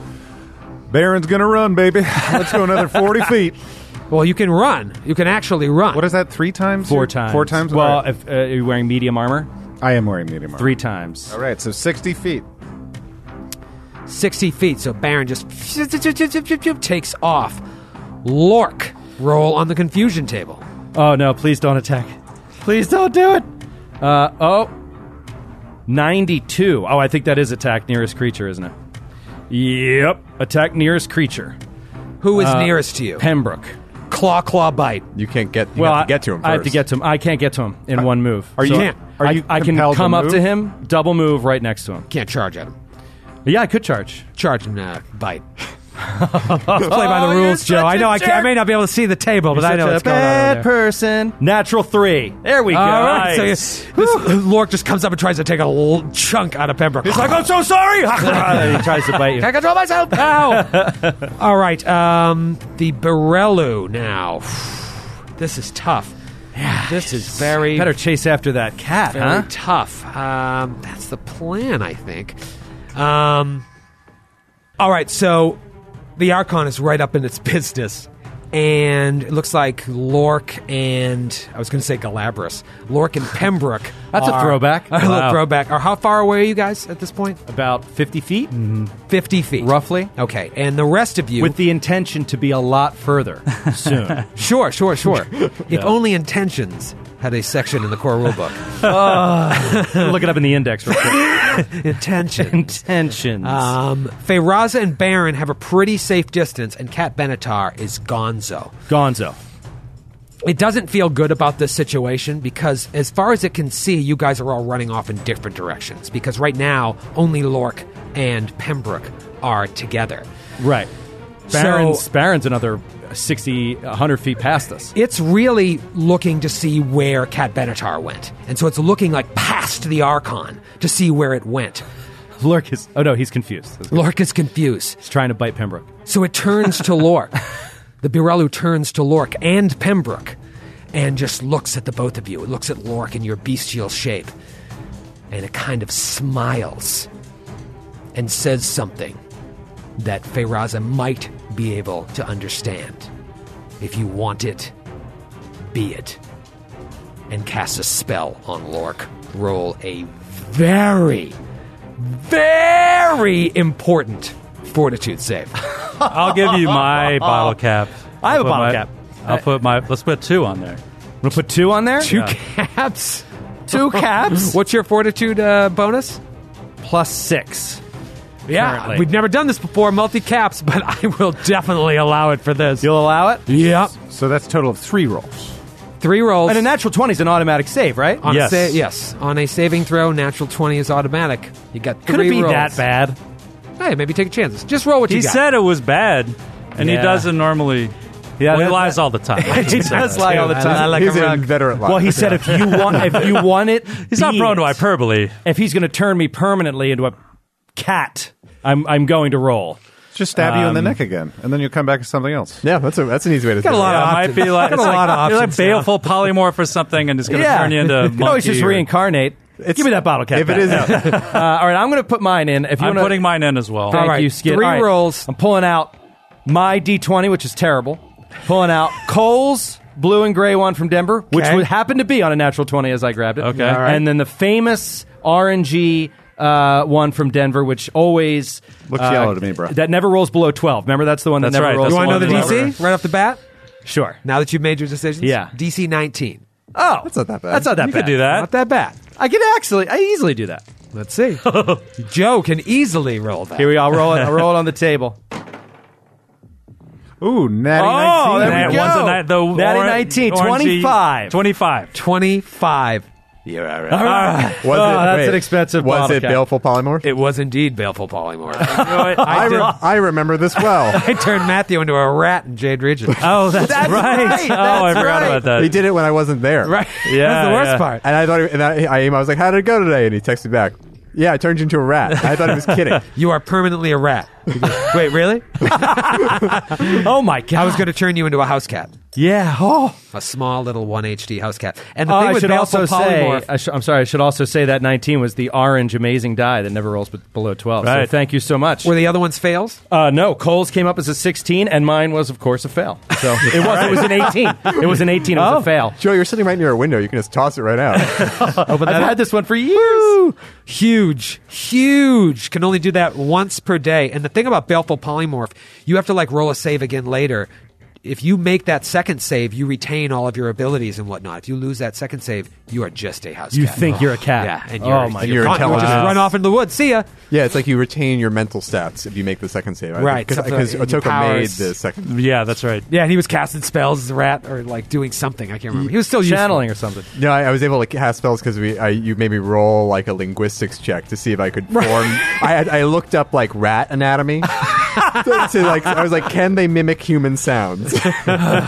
Speaker 5: Baron's gonna run, baby. <laughs> Let's go another forty feet.
Speaker 2: Well, you can run. You can actually run.
Speaker 5: What is that? Three times?
Speaker 6: four
Speaker 5: You're-
Speaker 6: times.
Speaker 5: Four times.
Speaker 6: Well,
Speaker 5: All right.
Speaker 6: if uh, are you wearing medium armor,
Speaker 5: I am wearing medium armor.
Speaker 6: three times.
Speaker 5: All right, so sixty feet.
Speaker 2: 60 feet. So Baron just takes off. Lork, roll on the confusion table.
Speaker 6: Oh no! Please don't attack. Please don't do it. Uh, oh. 92. Oh, I think that is attack nearest creature, isn't it? Yep. Attack nearest creature.
Speaker 2: Who is nearest to you?
Speaker 6: Pembroke.
Speaker 2: claw, claw, bite.
Speaker 3: you can't get. You
Speaker 6: well,
Speaker 3: have
Speaker 6: I-
Speaker 3: to get to him. First.
Speaker 6: I have to get to him. I can't get to him in one move.
Speaker 5: are you-
Speaker 6: I-
Speaker 5: are
Speaker 6: I-
Speaker 5: you
Speaker 6: I, can
Speaker 5: compelled to
Speaker 6: come up to
Speaker 5: move?
Speaker 6: him, double move right next to him.
Speaker 2: Can't charge at him.
Speaker 6: But yeah, I could <laughs> charge.
Speaker 2: Charge him now. Bite.
Speaker 6: Oh,
Speaker 12: Play by the rules, Joe. I know I, can't, I may not be able to see the table, but I know what's going on. over there.
Speaker 6: person. Natural three. There we go.
Speaker 2: All right. So you- this Lork just comes up and tries to take a little chunk out of Pembroke. He's like, I'm so sorry. <laughs>
Speaker 6: <laughs> And he tries to bite you.
Speaker 2: I control myself. Ow. All right. Um, the Borello now. <sighs> This is tough. this is very
Speaker 6: Better chase after that cat,
Speaker 2: very
Speaker 6: huh?
Speaker 2: tough. Um, that's the plan, I think. Um, all right, so the Archon is right up in its <laughs> business. And it looks like Lork and I was going to say Galabras, Lork and Pembroke.
Speaker 6: <laughs> That's a
Speaker 2: are- <laughs>
Speaker 6: throwback.
Speaker 2: A little
Speaker 6: Wow.
Speaker 2: throwback. Or how far away are you guys at this point?
Speaker 6: About 50 feet,
Speaker 2: Fifty feet,
Speaker 6: roughly.
Speaker 2: Okay, and the rest of you
Speaker 6: With the intention to be a lot further soon.
Speaker 2: Sure, sure,
Speaker 6: <laughs>
Speaker 2: sure. If only intentions had a section in the core
Speaker 6: <laughs>
Speaker 2: rulebook.
Speaker 6: Look it up in the index real quick.
Speaker 2: intentions.
Speaker 6: Intentions.
Speaker 2: Um, Feyraza and Baron have a pretty safe distance, and Cat Benatar is Gonzo.
Speaker 6: Gonzo.
Speaker 2: It doesn't feel good about this situation because, as far as it can see, you guys are all running off in different directions. Because right now, only Lork and Pembroke are together.
Speaker 6: Right.
Speaker 2: So-
Speaker 6: Baron's, Baron's another 60, 100 feet past us. <laughs>
Speaker 2: it's really looking to see where Cat Benatar went, and so it's looking like past the Archon to see where it went.
Speaker 6: Lurk is. Oh no, he's confused.
Speaker 2: Lork is confused.
Speaker 6: He's trying to bite Pembroke.
Speaker 2: So it turns to Lork. the Birelu turns to Lork and Pembroke and just looks at the both of you. It looks at Lork in your bestial shape and it kind of smiles and says something that Feyraza might be able to understand. If you want it, be it. And casts a spell on Lork. Roll a very, very important fortitude save.
Speaker 4: I'll give you <laughs> my bottle cap.
Speaker 6: I have a
Speaker 4: Put
Speaker 6: bottle
Speaker 4: my-
Speaker 6: cap.
Speaker 4: I'll put my. Let's put two on there.
Speaker 6: I'm gonna put two on there.
Speaker 2: Two caps. Two caps. What's your fortitude uh, bonus?
Speaker 6: plus six.
Speaker 2: Yeah,
Speaker 6: Currently.
Speaker 2: we've never done this before, multi caps, but <laughs> I will definitely allow it for this.
Speaker 6: You'll allow it.
Speaker 2: Yeah,
Speaker 5: So that's a total of three rolls.
Speaker 2: three rolls.
Speaker 6: And a natural twenty is an automatic save, right?
Speaker 2: on
Speaker 4: Yes.
Speaker 2: A sa- yes, on a saving throw, natural twenty is automatic. You got three
Speaker 6: Could it be
Speaker 2: rolls.
Speaker 6: that bad?
Speaker 2: Hey, maybe take chances. Just roll what
Speaker 4: He
Speaker 2: you got.
Speaker 4: said it was bad, and
Speaker 6: Yeah.
Speaker 4: he doesn't normally.
Speaker 6: Yeah,
Speaker 4: well, he
Speaker 6: that-
Speaker 4: lies all the
Speaker 6: <laughs>
Speaker 4: time.
Speaker 6: He does lie all the time.
Speaker 3: He's an inveterate liar.
Speaker 6: well, he said if you want, if <laughs> you want it,
Speaker 4: He's not
Speaker 6: be
Speaker 4: prone
Speaker 6: it.
Speaker 4: to hyperbole.
Speaker 6: If he's going to turn me permanently into a cat, I'm I'm going to roll.
Speaker 5: Just stab you in
Speaker 3: Um,
Speaker 5: the neck again, and then you'll come back with something else.
Speaker 3: yeah, that's a that's an easy way to.
Speaker 2: got a
Speaker 3: think
Speaker 2: lot of
Speaker 3: about
Speaker 4: Yeah, it might
Speaker 2: options.
Speaker 4: be like,
Speaker 2: Got
Speaker 4: it's
Speaker 2: a lot
Speaker 4: like,
Speaker 2: of
Speaker 4: you're
Speaker 2: options.
Speaker 4: <laughs>
Speaker 6: <laughs>
Speaker 4: like baleful polymorph or something, and it's going to turn you into.
Speaker 6: you
Speaker 4: a
Speaker 6: can always
Speaker 4: monkey
Speaker 6: just
Speaker 4: or-
Speaker 6: reincarnate
Speaker 3: It's-
Speaker 6: Give me that bottle cap.
Speaker 3: If it
Speaker 6: back.
Speaker 3: is-
Speaker 6: uh, all right, I'm going to put mine in. If you
Speaker 4: I'm
Speaker 6: want
Speaker 4: putting mine in as well.
Speaker 6: Thank
Speaker 13: All right,
Speaker 6: you, Skid.
Speaker 13: three
Speaker 6: All right,
Speaker 13: rolls.
Speaker 6: I'm pulling out my D20, which is terrible. Pulling out Cole's blue and gray one from Denver, which
Speaker 13: Okay.
Speaker 6: would happened to be on a natural 20 as I grabbed it.
Speaker 4: Okay. All
Speaker 13: right.
Speaker 6: And then the famous RNG uh, one from Denver, which always.
Speaker 14: Looks
Speaker 6: uh,
Speaker 14: yellow to me, bro.
Speaker 6: That never rolls below 12. Remember, that's the one
Speaker 4: That's
Speaker 6: that never
Speaker 4: right,
Speaker 6: rolls
Speaker 4: that's
Speaker 13: You want to know
Speaker 6: below
Speaker 13: the
Speaker 4: Well,
Speaker 6: 12.
Speaker 13: DC right off the bat?
Speaker 6: Sure.
Speaker 2: Now that you've made your decisions,
Speaker 6: Yeah.
Speaker 2: DC 19.
Speaker 6: Oh.
Speaker 3: That's not that bad.
Speaker 6: That's not that
Speaker 4: you
Speaker 6: bad.
Speaker 4: could do
Speaker 2: Not
Speaker 4: that.
Speaker 2: that bad.
Speaker 6: I could actually, I easily do that.
Speaker 2: Let's see. Joe can easily roll that.
Speaker 6: Here we go. I'll roll it. I'll <laughs> roll it on the table.
Speaker 5: Ooh, natty 19.
Speaker 6: Oh, there
Speaker 4: That
Speaker 6: we go.
Speaker 4: one's a ni- the
Speaker 6: Natty
Speaker 4: oran-
Speaker 6: 19,
Speaker 4: orangey-
Speaker 6: 25.
Speaker 4: 25.
Speaker 2: 25.
Speaker 3: Was
Speaker 6: Oh, that's
Speaker 3: wait,
Speaker 6: an expensive
Speaker 3: Was
Speaker 6: bottle
Speaker 3: it
Speaker 6: cap.
Speaker 3: baleful polymorph?
Speaker 2: It was indeed baleful
Speaker 6: <laughs>
Speaker 2: polymorph.
Speaker 4: You know what?
Speaker 3: I,
Speaker 4: I
Speaker 3: re-
Speaker 4: did-
Speaker 3: I remember this well.
Speaker 2: I turned Matthew into a rat in Jade
Speaker 6: <laughs>
Speaker 2: Region.
Speaker 6: Uh,
Speaker 4: oh, that's, right.
Speaker 2: right,
Speaker 4: Oh, I
Speaker 2: that's
Speaker 4: forgot
Speaker 2: right.
Speaker 4: about that.
Speaker 3: he did it when I wasn't there.
Speaker 2: right. <laughs>
Speaker 4: Yeah,
Speaker 2: That's the worst
Speaker 4: yeah.
Speaker 2: part.
Speaker 3: And I thought, and I, I, I was like, "How did it go today?" And he texted back, "Yeah, I turned you into a rat." I thought he was kidding.
Speaker 2: You are permanently a
Speaker 6: <laughs>
Speaker 2: rat. Wait, really?
Speaker 6: Oh, my God.
Speaker 2: I was going to turn you into a house cat.
Speaker 6: Yeah. Oh.
Speaker 2: A small little 1 HD house cat. And the
Speaker 6: Oh,
Speaker 2: thing
Speaker 6: I
Speaker 2: with
Speaker 6: should
Speaker 2: baleful
Speaker 6: also say, uh,
Speaker 2: polymorph.
Speaker 6: I sh- I'm sorry, I should also say that 19 was the orange amazing die that never rolls be- below 12. So
Speaker 4: Right.
Speaker 6: thank you so much.
Speaker 2: were the other ones fails?
Speaker 6: Uh, no, Cole's came up as a 16, and mine was, of course, a fail. <laughs> So it was, it was an 18. It was an 18, it was a fail.
Speaker 3: Joe, you're sitting right near a window. You can just toss it right out.
Speaker 6: I've had this one for years.
Speaker 2: Huge, huge. Can only do that once per day. And the thing about baleful polymorph, you have to like roll a save again later. If you make that second save, you retain all of your abilities and whatnot. If you lose that second save, you are just a house
Speaker 6: You
Speaker 2: cat.
Speaker 6: think you're a cat.
Speaker 2: Yeah, and
Speaker 6: Oh
Speaker 2: you're,
Speaker 6: my
Speaker 2: you're,
Speaker 3: God.
Speaker 2: gone. You'll just
Speaker 3: Intelligence.
Speaker 2: run off into the woods. See ya.
Speaker 3: yeah, it's like you retain your mental stats if you make the second save. I
Speaker 2: Right, something
Speaker 3: because
Speaker 2: like-
Speaker 3: Otoko made
Speaker 2: powers.
Speaker 3: the second.
Speaker 4: Yeah, that's right.
Speaker 2: Yeah, and he was casting spells as a rat or like doing something. I can't remember. He was still useful.
Speaker 6: Channeling or something.
Speaker 3: No, I, I was able to cast spells because we I, you made me roll like a linguistics check to see if I could
Speaker 2: <laughs>
Speaker 3: form. I had, I looked up like rat anatomy. to, to, like I was like, can they mimic
Speaker 2: <laughs>
Speaker 3: human sounds?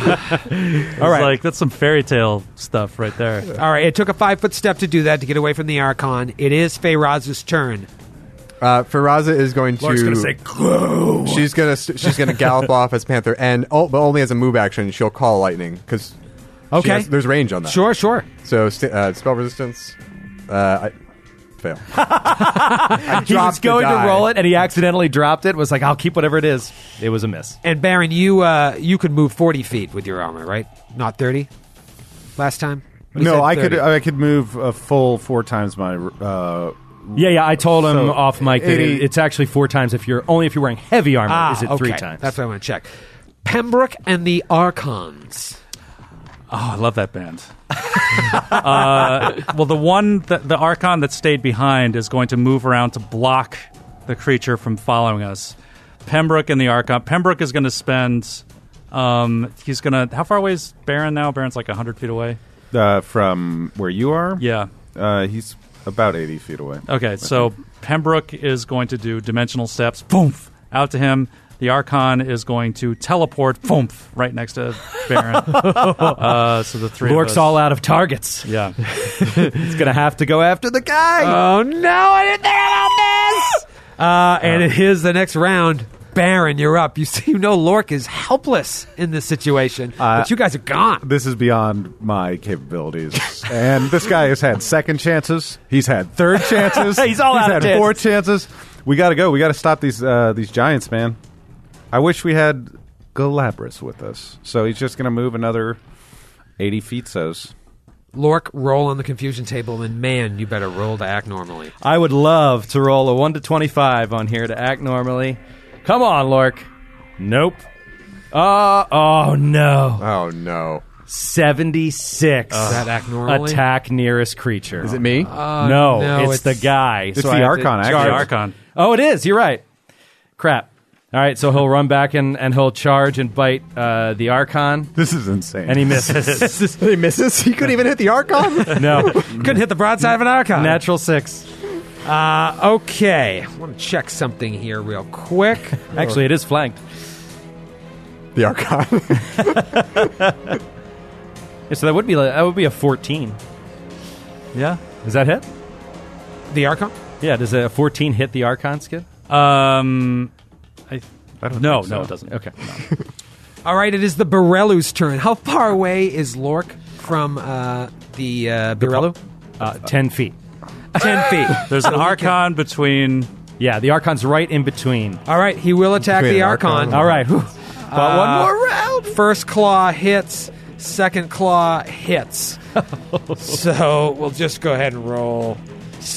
Speaker 4: All right. Like that's some fairy tale stuff right there.
Speaker 2: All right, it took a five foot step to do that to get away from the Archon. It is Feyraz's turn.
Speaker 3: Uh, Faraza is going to.
Speaker 2: Lark's gonna say,
Speaker 3: "Glow." She's gonna st- she's gonna gallop off as Panther, and oh, but only as a move action. She'll call lightning because
Speaker 2: Okay.
Speaker 3: there's range on that.
Speaker 2: Sure, sure.
Speaker 3: So st- uh, spell resistance. Uh, I fail. I
Speaker 6: He was going to roll it, and he accidentally dropped it. Was like, I'll keep whatever it is. It was a miss.
Speaker 2: And Baron, you uh, you could move forty feet with your armor, right? Not thirty. Last time. You said
Speaker 5: No, I could
Speaker 2: 30.
Speaker 5: I could move a full four times my. Uh,
Speaker 6: Yeah, yeah. I told him
Speaker 5: So,
Speaker 6: off mic that
Speaker 5: any-
Speaker 6: it, it's actually four times if you're only if you're wearing heavy armor.
Speaker 2: ah,
Speaker 6: is it
Speaker 2: okay.
Speaker 6: three times?
Speaker 2: That's what I want to check. Pembroke and the Archons.
Speaker 4: Oh, I love that band. <laughs> uh, well, the one that, the archon that stayed behind is going to move around to block the creature from following us. Pembroke and the archon. Pembroke is going to spend. Um, he's going to. How far away is Baron now? Baron's like hundred feet away.
Speaker 5: uh, from where you are?
Speaker 4: Yeah.
Speaker 5: Uh, he's about 80 feet away.
Speaker 4: Okay, so Pembroke is going to do dimensional steps, boom, out to him. The Archon is going to teleport, boom, right next to Baron. uh, so the three of us-
Speaker 6: Lork's all out of targets.
Speaker 4: Yeah,
Speaker 6: He's gonna have to go after the guy.
Speaker 2: Oh no, I didn't think about this. Uh,
Speaker 6: Oh.
Speaker 2: and it is the next round. Baron, you're up. You <laughs> see, you know Lork is helpless in this situation, but you guys are gone.
Speaker 5: This is beyond my capabilities. and this guy has had second chances. He's had third chances.
Speaker 6: <laughs> He's all out of
Speaker 5: had four chances. We got to go. We got to stop these uh, these giants, man. I wish we had Galabras with us. So he's just going to move another 80 feet so.
Speaker 2: Lork, roll on the confusion table, and man, you better roll to act normally.
Speaker 6: I would love to roll a one to twenty-five on here to act normally. Come on, Lork. Nope. Uh, oh no.
Speaker 3: Oh no!
Speaker 6: Seventy-six.
Speaker 2: Does that act normally?
Speaker 6: Attack nearest creature.
Speaker 3: Is it me?
Speaker 6: no,
Speaker 2: no,
Speaker 6: it's,
Speaker 2: it's-
Speaker 6: the guy.
Speaker 5: It's the
Speaker 6: Uh, I have
Speaker 5: Archon,
Speaker 6: to
Speaker 5: actually.
Speaker 4: the
Speaker 6: charge.
Speaker 4: Archon.
Speaker 6: Oh, it is. You're right. Crap. All right, so he'll run back and, and he'll charge and bite uh, the Archon,
Speaker 5: This is insane.
Speaker 6: and he misses.
Speaker 2: <laughs>
Speaker 6: <laughs>
Speaker 3: he misses. <laughs> He couldn't even hit the archon.
Speaker 6: no,
Speaker 2: Couldn't hit the broadside of an archon.
Speaker 6: natural six.
Speaker 2: Uh, okay, I want to check something here real <laughs> quick.
Speaker 6: Actually, it is flanked.
Speaker 3: the archon.
Speaker 6: <laughs> Yeah, so that would be like, that would be a fourteen.
Speaker 4: yeah.
Speaker 6: Is that hit?
Speaker 2: the archon.
Speaker 6: Yeah. Does a fourteen hit the Archon skid?
Speaker 4: Um, I, no, no, it doesn't.
Speaker 6: Okay.
Speaker 2: All right, it is the Borellu's turn. How far away is Lork from uh, the uh, Borellu?
Speaker 6: Uh, ten feet.
Speaker 8: ten
Speaker 6: <laughs>
Speaker 8: feet.
Speaker 4: There's an archon between.
Speaker 10: Yeah, the Archon's right in between.
Speaker 2: All right, he will attack
Speaker 3: Between
Speaker 2: the
Speaker 3: an
Speaker 2: Archon.
Speaker 3: Archon.
Speaker 10: All right. whew. But one
Speaker 2: Uh,
Speaker 10: more round.
Speaker 2: First claw hits, second claw <laughs> hits. so we'll just go ahead and roll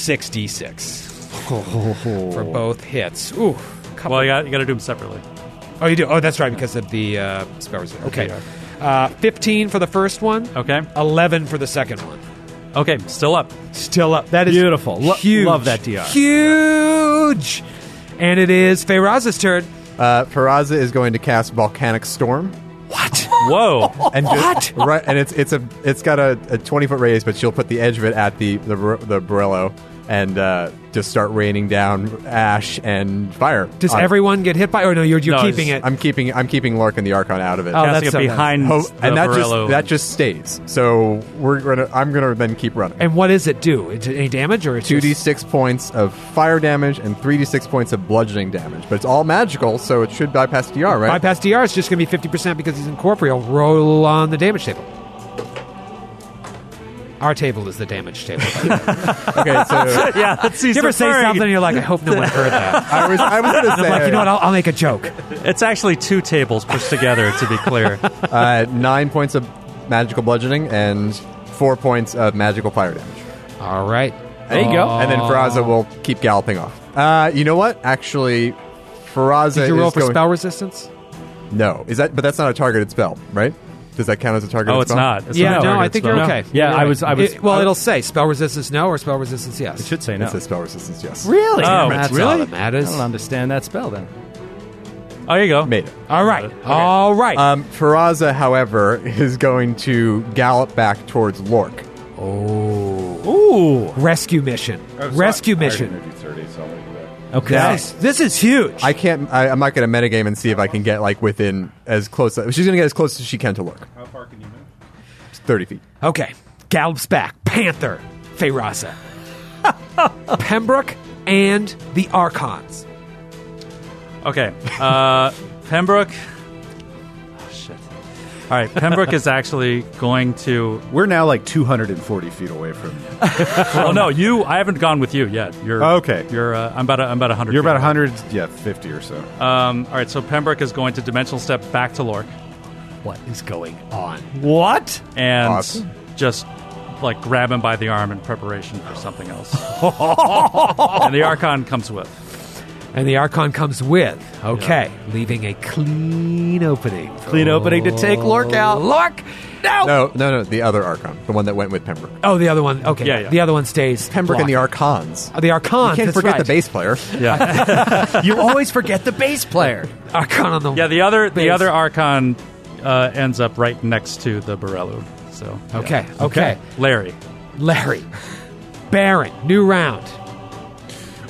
Speaker 2: <laughs> 66 for both hits. Ooh, couple.
Speaker 4: Well, you got you got to do them separately.
Speaker 2: oh, you do? Oh, that's right, because of the uh, spell resist. Okay. Uh, 15 for the first one,
Speaker 4: Okay.
Speaker 2: 11 for the second one.
Speaker 4: Okay. Still up.
Speaker 2: Still up. That is
Speaker 10: Beautiful. Lo-
Speaker 2: huge.
Speaker 10: love that DR.
Speaker 2: Huge! And it is Feyraz's turn.
Speaker 3: Uh, Peraza is going to cast Volcanic Storm.
Speaker 2: What?
Speaker 6: Oh,
Speaker 4: Whoa.
Speaker 3: And just, what? <laughs> Right, and it's it's a it's got a, a twenty foot radius, but she'll put the edge of it at the the br- the Brillo and uh, just start raining down ash and fire.
Speaker 2: Does
Speaker 3: on it.
Speaker 2: everyone get hit by? Oh no, you're, you're
Speaker 4: No, it's-
Speaker 2: keeping it.
Speaker 3: I'm keeping I'm keeping Lark and the Archon out of it.
Speaker 2: Oh,
Speaker 4: Casting
Speaker 2: that's
Speaker 4: it
Speaker 2: so nice.
Speaker 4: behind
Speaker 3: Ho-
Speaker 4: the
Speaker 3: and that
Speaker 4: Varello.
Speaker 3: just that just stays. So we're gonna I'm gonna then keep running.
Speaker 2: And what does it do? Is it any damage or it's
Speaker 3: Two d
Speaker 2: just-
Speaker 3: six points of fire damage and three d six points of bludgeoning damage, but it's all magical, so it should bypass DR, right?
Speaker 2: bypass DR is just going to be fifty percent because he's incorporeal. Roll on the damage table. Our table is the damage table.
Speaker 3: okay,
Speaker 2: <laughs>
Speaker 3: so
Speaker 4: yeah. Let's see.
Speaker 2: you ever say something and you're like, I hope no one heard that.
Speaker 3: I was I was gonna say
Speaker 2: I'm like, you know what? I'll, I'll make a joke.
Speaker 4: It's actually two tables pushed together. To be
Speaker 3: <laughs>
Speaker 4: clear.
Speaker 3: uh, nine points of magical bludgeoning and four points of magical fire damage.
Speaker 2: All right.
Speaker 3: There you go. And then Faraza will keep galloping off. Uh, you know what? Actually, Faraza
Speaker 2: Did you roll
Speaker 3: is
Speaker 2: for
Speaker 3: going-
Speaker 2: spell resistance?
Speaker 3: No, is that? But that's not a targeted spell, right? Does that count as a targeted?
Speaker 4: Oh, it's
Speaker 3: spell?
Speaker 4: not. It's
Speaker 2: yeah,
Speaker 4: not a
Speaker 2: no, I
Speaker 4: target
Speaker 2: think
Speaker 4: spell.
Speaker 2: you're
Speaker 4: No.
Speaker 2: okay.
Speaker 10: Yeah,
Speaker 2: You're
Speaker 10: I
Speaker 2: right.
Speaker 10: was- I was-
Speaker 2: It- well,
Speaker 10: I-
Speaker 2: it'll say spell resistance no or spell resistance yes.
Speaker 10: Should say no.
Speaker 3: It says spell resistance. Yes.
Speaker 10: Really?
Speaker 4: Oh,
Speaker 2: That's
Speaker 4: really?
Speaker 2: all that matters.
Speaker 10: I don't understand that spell then.
Speaker 4: Oh, you go.
Speaker 3: Made it.
Speaker 2: All right. All right.
Speaker 3: Um, Faraza, however, <laughs> is going to gallop back towards Lork.
Speaker 10: Ooh.
Speaker 2: Rescue mission. Rescue mission.
Speaker 10: Okay.
Speaker 2: This, this is huge.
Speaker 3: I can't. I, I'm not going to metagame and see if I can get like within as close. She's going to get as close as she can to Lork. How far can you move? Thirty feet.
Speaker 2: Okay. Gallops back. Panther. Feyraza. <laughs> Pembroke and the Archons.
Speaker 4: Okay. Uh, Pembroke. Oh, shit. All right. Pembroke is actually going to.
Speaker 5: We're now like 240 feet away from.
Speaker 4: Oh no, you. I haven't gone with you yet. You're
Speaker 5: Okay.
Speaker 4: You're. Uh, I'm about. A, I'm about hundred.
Speaker 5: You're about 100, yeah, 50 or so.
Speaker 4: Um, all right. So Pembroke is going to dimensional step back to Lork
Speaker 2: What is going on?
Speaker 10: What?
Speaker 4: and
Speaker 3: Awesome.
Speaker 4: just like grab him by the arm in preparation for something
Speaker 2: <laughs>
Speaker 4: else. and the Archon comes with.
Speaker 2: And the Archon comes with. Okay. Leaving a clean opening. Oh.
Speaker 10: Clean opening to take Lork out.
Speaker 2: Lork! No!
Speaker 3: No, no, no. The other Archon, the one that went with Pembroke.
Speaker 2: Oh, the other one. Okay.
Speaker 4: Yeah, yeah.
Speaker 2: The other one stays.
Speaker 3: Pembroke and the
Speaker 2: blocked.
Speaker 3: Archons.
Speaker 2: Oh, the Archon.
Speaker 3: Can't
Speaker 2: that's
Speaker 3: forget
Speaker 2: right.
Speaker 3: the bass player.
Speaker 4: Yeah.
Speaker 10: You always forget the bass player.
Speaker 2: Archon on the.
Speaker 4: yeah. The other.
Speaker 2: Base.
Speaker 4: The other Archon uh, ends up right next to the Borello. So. yeah.
Speaker 2: Okay. Okay.
Speaker 4: Larry.
Speaker 2: Larry. Baron. New round.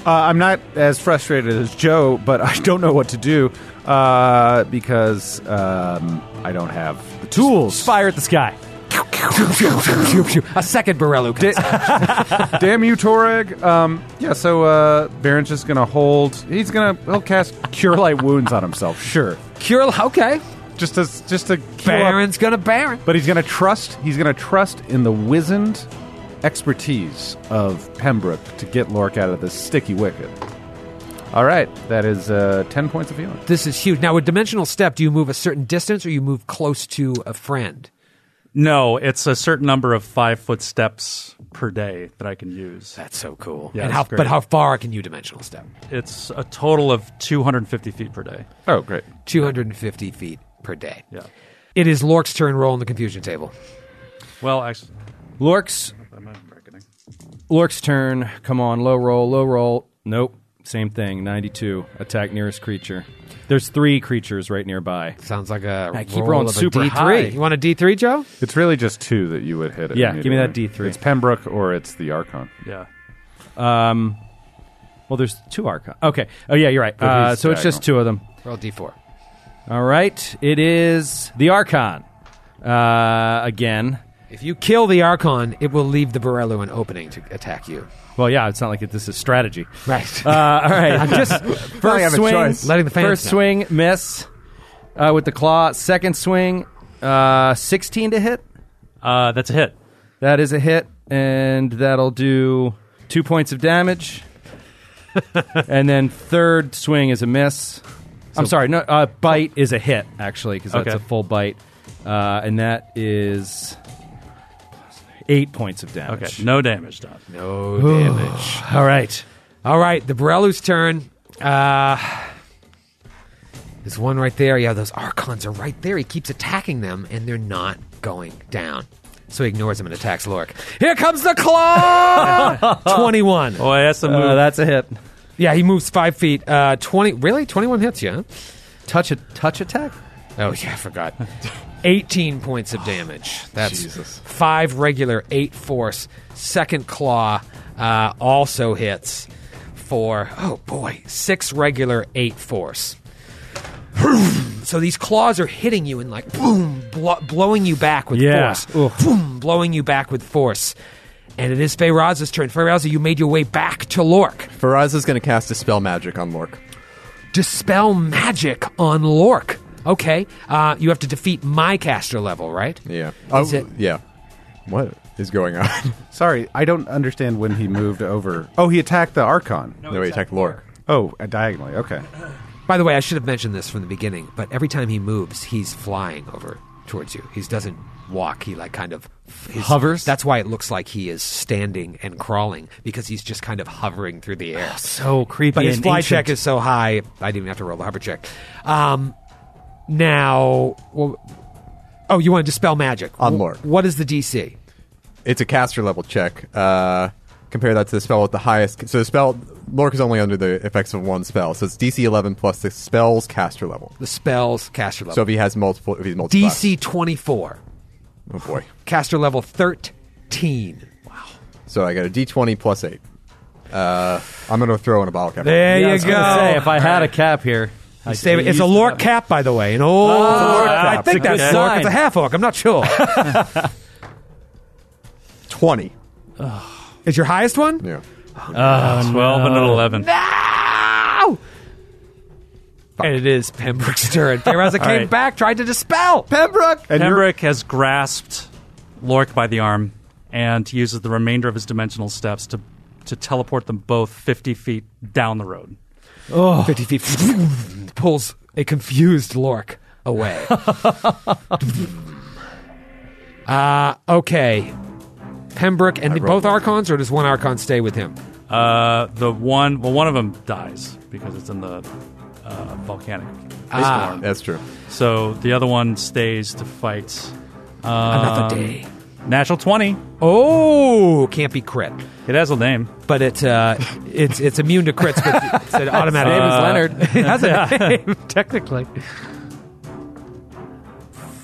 Speaker 5: Uh, I'm not as frustrated as Joe, but <laughs> I don't know what to do uh, because um, I don't have the tools.
Speaker 10: Fire at the sky.
Speaker 2: a second Borello comes.
Speaker 5: Damn you, Torag. Um, yeah, so uh, Baron's just gonna hold. He's gonna he'll cast Cure Light Wounds on himself. Sure,
Speaker 2: Cure. Okay.
Speaker 5: just to just to heal up.
Speaker 2: Baron's gonna Baron.
Speaker 5: But he's gonna trust. He's gonna trust in the wizened expertise of Pembroke to get Lork out of this sticky wicket. All right, that is uh, ten points of healing.
Speaker 2: This is huge. Now, with dimensional step, do you move a certain distance or you move close to a friend?
Speaker 4: No, it's a certain number of five foot steps per day that I can use.
Speaker 2: That's so cool.
Speaker 4: Yeah,
Speaker 2: and
Speaker 4: it's
Speaker 2: how,
Speaker 4: great.
Speaker 2: but how far can you dimensional step?
Speaker 4: It's a total of 250 feet per day.
Speaker 5: Oh, great.
Speaker 2: 250 feet per day.
Speaker 4: Yeah.
Speaker 2: It is Lork's turn. Roll on the confusion table.
Speaker 4: Well, actually,
Speaker 10: Lork's Lork's turn. Come on, low roll, low roll. Nope. Same thing. Ninety-two. Attack nearest creature. There's three creatures right nearby.
Speaker 2: Sounds like a
Speaker 10: I keep
Speaker 2: roll
Speaker 10: rolling
Speaker 2: of a
Speaker 10: super
Speaker 2: D3.
Speaker 10: high.
Speaker 2: You want a D3, Joe?
Speaker 5: It's really just two that you would hit.
Speaker 10: Yeah, give me that
Speaker 5: immediately.
Speaker 10: D3.
Speaker 5: It's Pembroke or it's the Archon.
Speaker 4: yeah.
Speaker 10: Um, well, there's two Archon. Okay. Oh yeah, you're right.
Speaker 5: But he's
Speaker 10: Uh, so it's just two of them.
Speaker 2: Roll D4.
Speaker 10: All right. It is the Archon. Uh, again.
Speaker 2: If you kill the Archon, it will leave the Borello an opening to attack you.
Speaker 10: Well, yeah. It's not like it, this is strategy.
Speaker 6: <laughs>
Speaker 2: Right.
Speaker 10: Uh, all right. I'm just
Speaker 3: I have
Speaker 10: first
Speaker 3: a
Speaker 10: swing,
Speaker 3: choice.
Speaker 2: Letting the fans
Speaker 10: first
Speaker 2: know.
Speaker 10: swing miss uh, with the claw. Second swing, uh, sixteen to hit.
Speaker 4: Uh, that's a hit.
Speaker 10: That is a hit, and that'll do
Speaker 6: Two points of damage. and then third swing is a miss. I'm sorry, no, uh, bite is a hit, actually, because that's
Speaker 4: Okay.
Speaker 6: a full bite. Uh, and that is eight points of damage.
Speaker 4: Okay, no damage done.
Speaker 2: No damage. All right. All right. The Borellu's turn. Uh, there's one right there. Yeah, those Archons are right there. He keeps attacking them, and they're not going down. So he ignores him and attacks Lork. Here comes the claw! 21.
Speaker 4: Boy, that's a move.
Speaker 6: Uh, that's a hit.
Speaker 2: Yeah, he moves five feet. Uh, 20. Really? 21 hits you, huh?
Speaker 6: Touch a touch attack.
Speaker 2: Oh, yeah, I forgot. 18 points of damage. That's five regular, eight force. Second claw uh, also hits for, oh boy, six regular, eight force. <sighs> So these claws are hitting you and like boom, blo- blowing you back with
Speaker 4: Yeah.
Speaker 2: force. Boom, blowing you back with force. And it is Feyraza's turn. Feyraza, you made your way back to Lork.
Speaker 3: Faraz is going to cast Dispel Magic on Lork.
Speaker 2: Dispel magic on Lork. Okay, uh, you have to defeat my caster level, right?
Speaker 3: Yeah.
Speaker 2: Is it-
Speaker 3: Oh, yeah. What is going <laughs> on?
Speaker 5: Sorry, I don't understand when he moved over. Oh, he attacked the Archon.
Speaker 3: no, he attacked Lork.
Speaker 5: Oh, uh, diagonally. Okay.
Speaker 2: By the way, I should have mentioned this from the beginning, but every time he moves, he's flying over towards you. He doesn't walk. He like kind of his, hovers. That's why it looks like he is standing and crawling because he's just kind of hovering through the air.
Speaker 6: So creepy.
Speaker 2: but his
Speaker 6: and
Speaker 2: fly
Speaker 6: ancient.
Speaker 2: check is so high, I didn't even have to roll the hover check. Um, now, well, oh, you want to dispel magic
Speaker 3: On
Speaker 2: Wh-
Speaker 3: Lork.
Speaker 2: What is the DC?
Speaker 3: It's a caster level check. Uh, compare that to the spell with the highest. So the spell Lork is only under the effects of one spell. So it's DC 11 plus the spell's caster level.
Speaker 2: The spells caster level.
Speaker 3: So if he has multiple, if he's multiple.
Speaker 2: DC twenty four,
Speaker 3: Oh boy.
Speaker 2: caster level thirteen.
Speaker 3: <laughs> So I got a D20 plus eight. Uh, I'm going to throw in a bottle cap.
Speaker 2: There
Speaker 6: Yeah, I
Speaker 2: you
Speaker 6: was
Speaker 2: go.
Speaker 6: gonna say, if I had a cap here, I
Speaker 2: Stay- it's a Lork cap, by the way. An old Lork cap. I think
Speaker 6: that's a
Speaker 2: that's
Speaker 6: good
Speaker 2: Lork.
Speaker 6: sign.
Speaker 2: It's a half orc. I'm not <laughs> sure.
Speaker 3: 20.
Speaker 2: Is your highest one?
Speaker 3: Yeah.
Speaker 4: Twelve and an eleven.
Speaker 2: No! And it is Pembroke's <laughs> turn. Feyraza came
Speaker 4: right.
Speaker 2: back, tried to dispel. Pembroke!
Speaker 5: And you're-
Speaker 4: Pembroke has grasped Lork by the arm and uses the remainder of his dimensional steps to to teleport them both fifty feet down the road.
Speaker 2: 50 feet <laughs> pulls a confused Lork <laughs> away. uh, okay. Pembroke and both Archons, or does one Archon stay with him?
Speaker 4: Uh, the one, well, one of them dies because it's in the uh, volcanic storm.
Speaker 3: That's true.
Speaker 4: So the other one stays to fight.
Speaker 2: Another day.
Speaker 4: Natural twenty.
Speaker 2: Um, Oh, can't be crit.
Speaker 4: It has a name.
Speaker 2: but it's <laughs> uh, it's it's immune to crits, but it's an automatic. uh,
Speaker 4: Same as
Speaker 2: <laughs>
Speaker 4: Leonard.
Speaker 2: it has a name, <laughs> technically.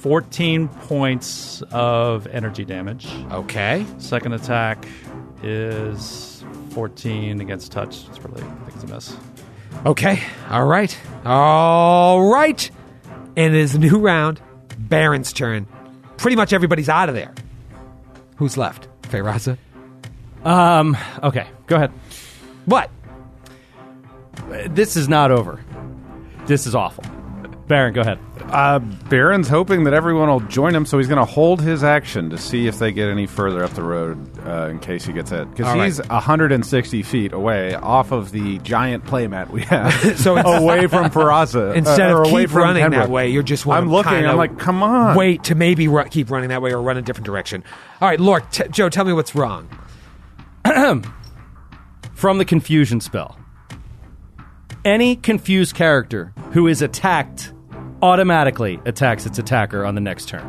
Speaker 4: Fourteen points of energy damage.
Speaker 2: Okay.
Speaker 4: Second attack is fourteen against touch. It's really, I think it's a miss.
Speaker 2: Okay. All right. All right. And it is a new round. Baron's turn. Pretty much everybody's out of there. Who's left? Feyraza.
Speaker 5: Uh,
Speaker 6: Um. Okay. Go ahead.
Speaker 2: What?
Speaker 6: This is not over. This is awful. Baron, go ahead.
Speaker 5: Uh, Baron's hoping that everyone will join him, so he's going to hold his action to see if they get any further up the road uh, in case he gets hit. Because
Speaker 2: All right.
Speaker 5: he's 160 feet away off of the giant playmat we
Speaker 2: <laughs>
Speaker 5: have.
Speaker 2: So it's-
Speaker 5: away from Peraza.
Speaker 2: Instead
Speaker 5: uh, or
Speaker 2: of
Speaker 5: away
Speaker 2: keep
Speaker 5: from
Speaker 2: running
Speaker 5: Pembroke.
Speaker 2: that way, you're just want
Speaker 5: I'm
Speaker 2: to
Speaker 5: looking.
Speaker 2: kinda
Speaker 5: I'm like, come on.
Speaker 2: Wait to maybe ru- keep running that way or run a different direction. All right, Lork, t- Joe, tell me what's wrong.
Speaker 6: From the confusion spell. Any confused character who is attacked automatically attacks its attacker on the next turn,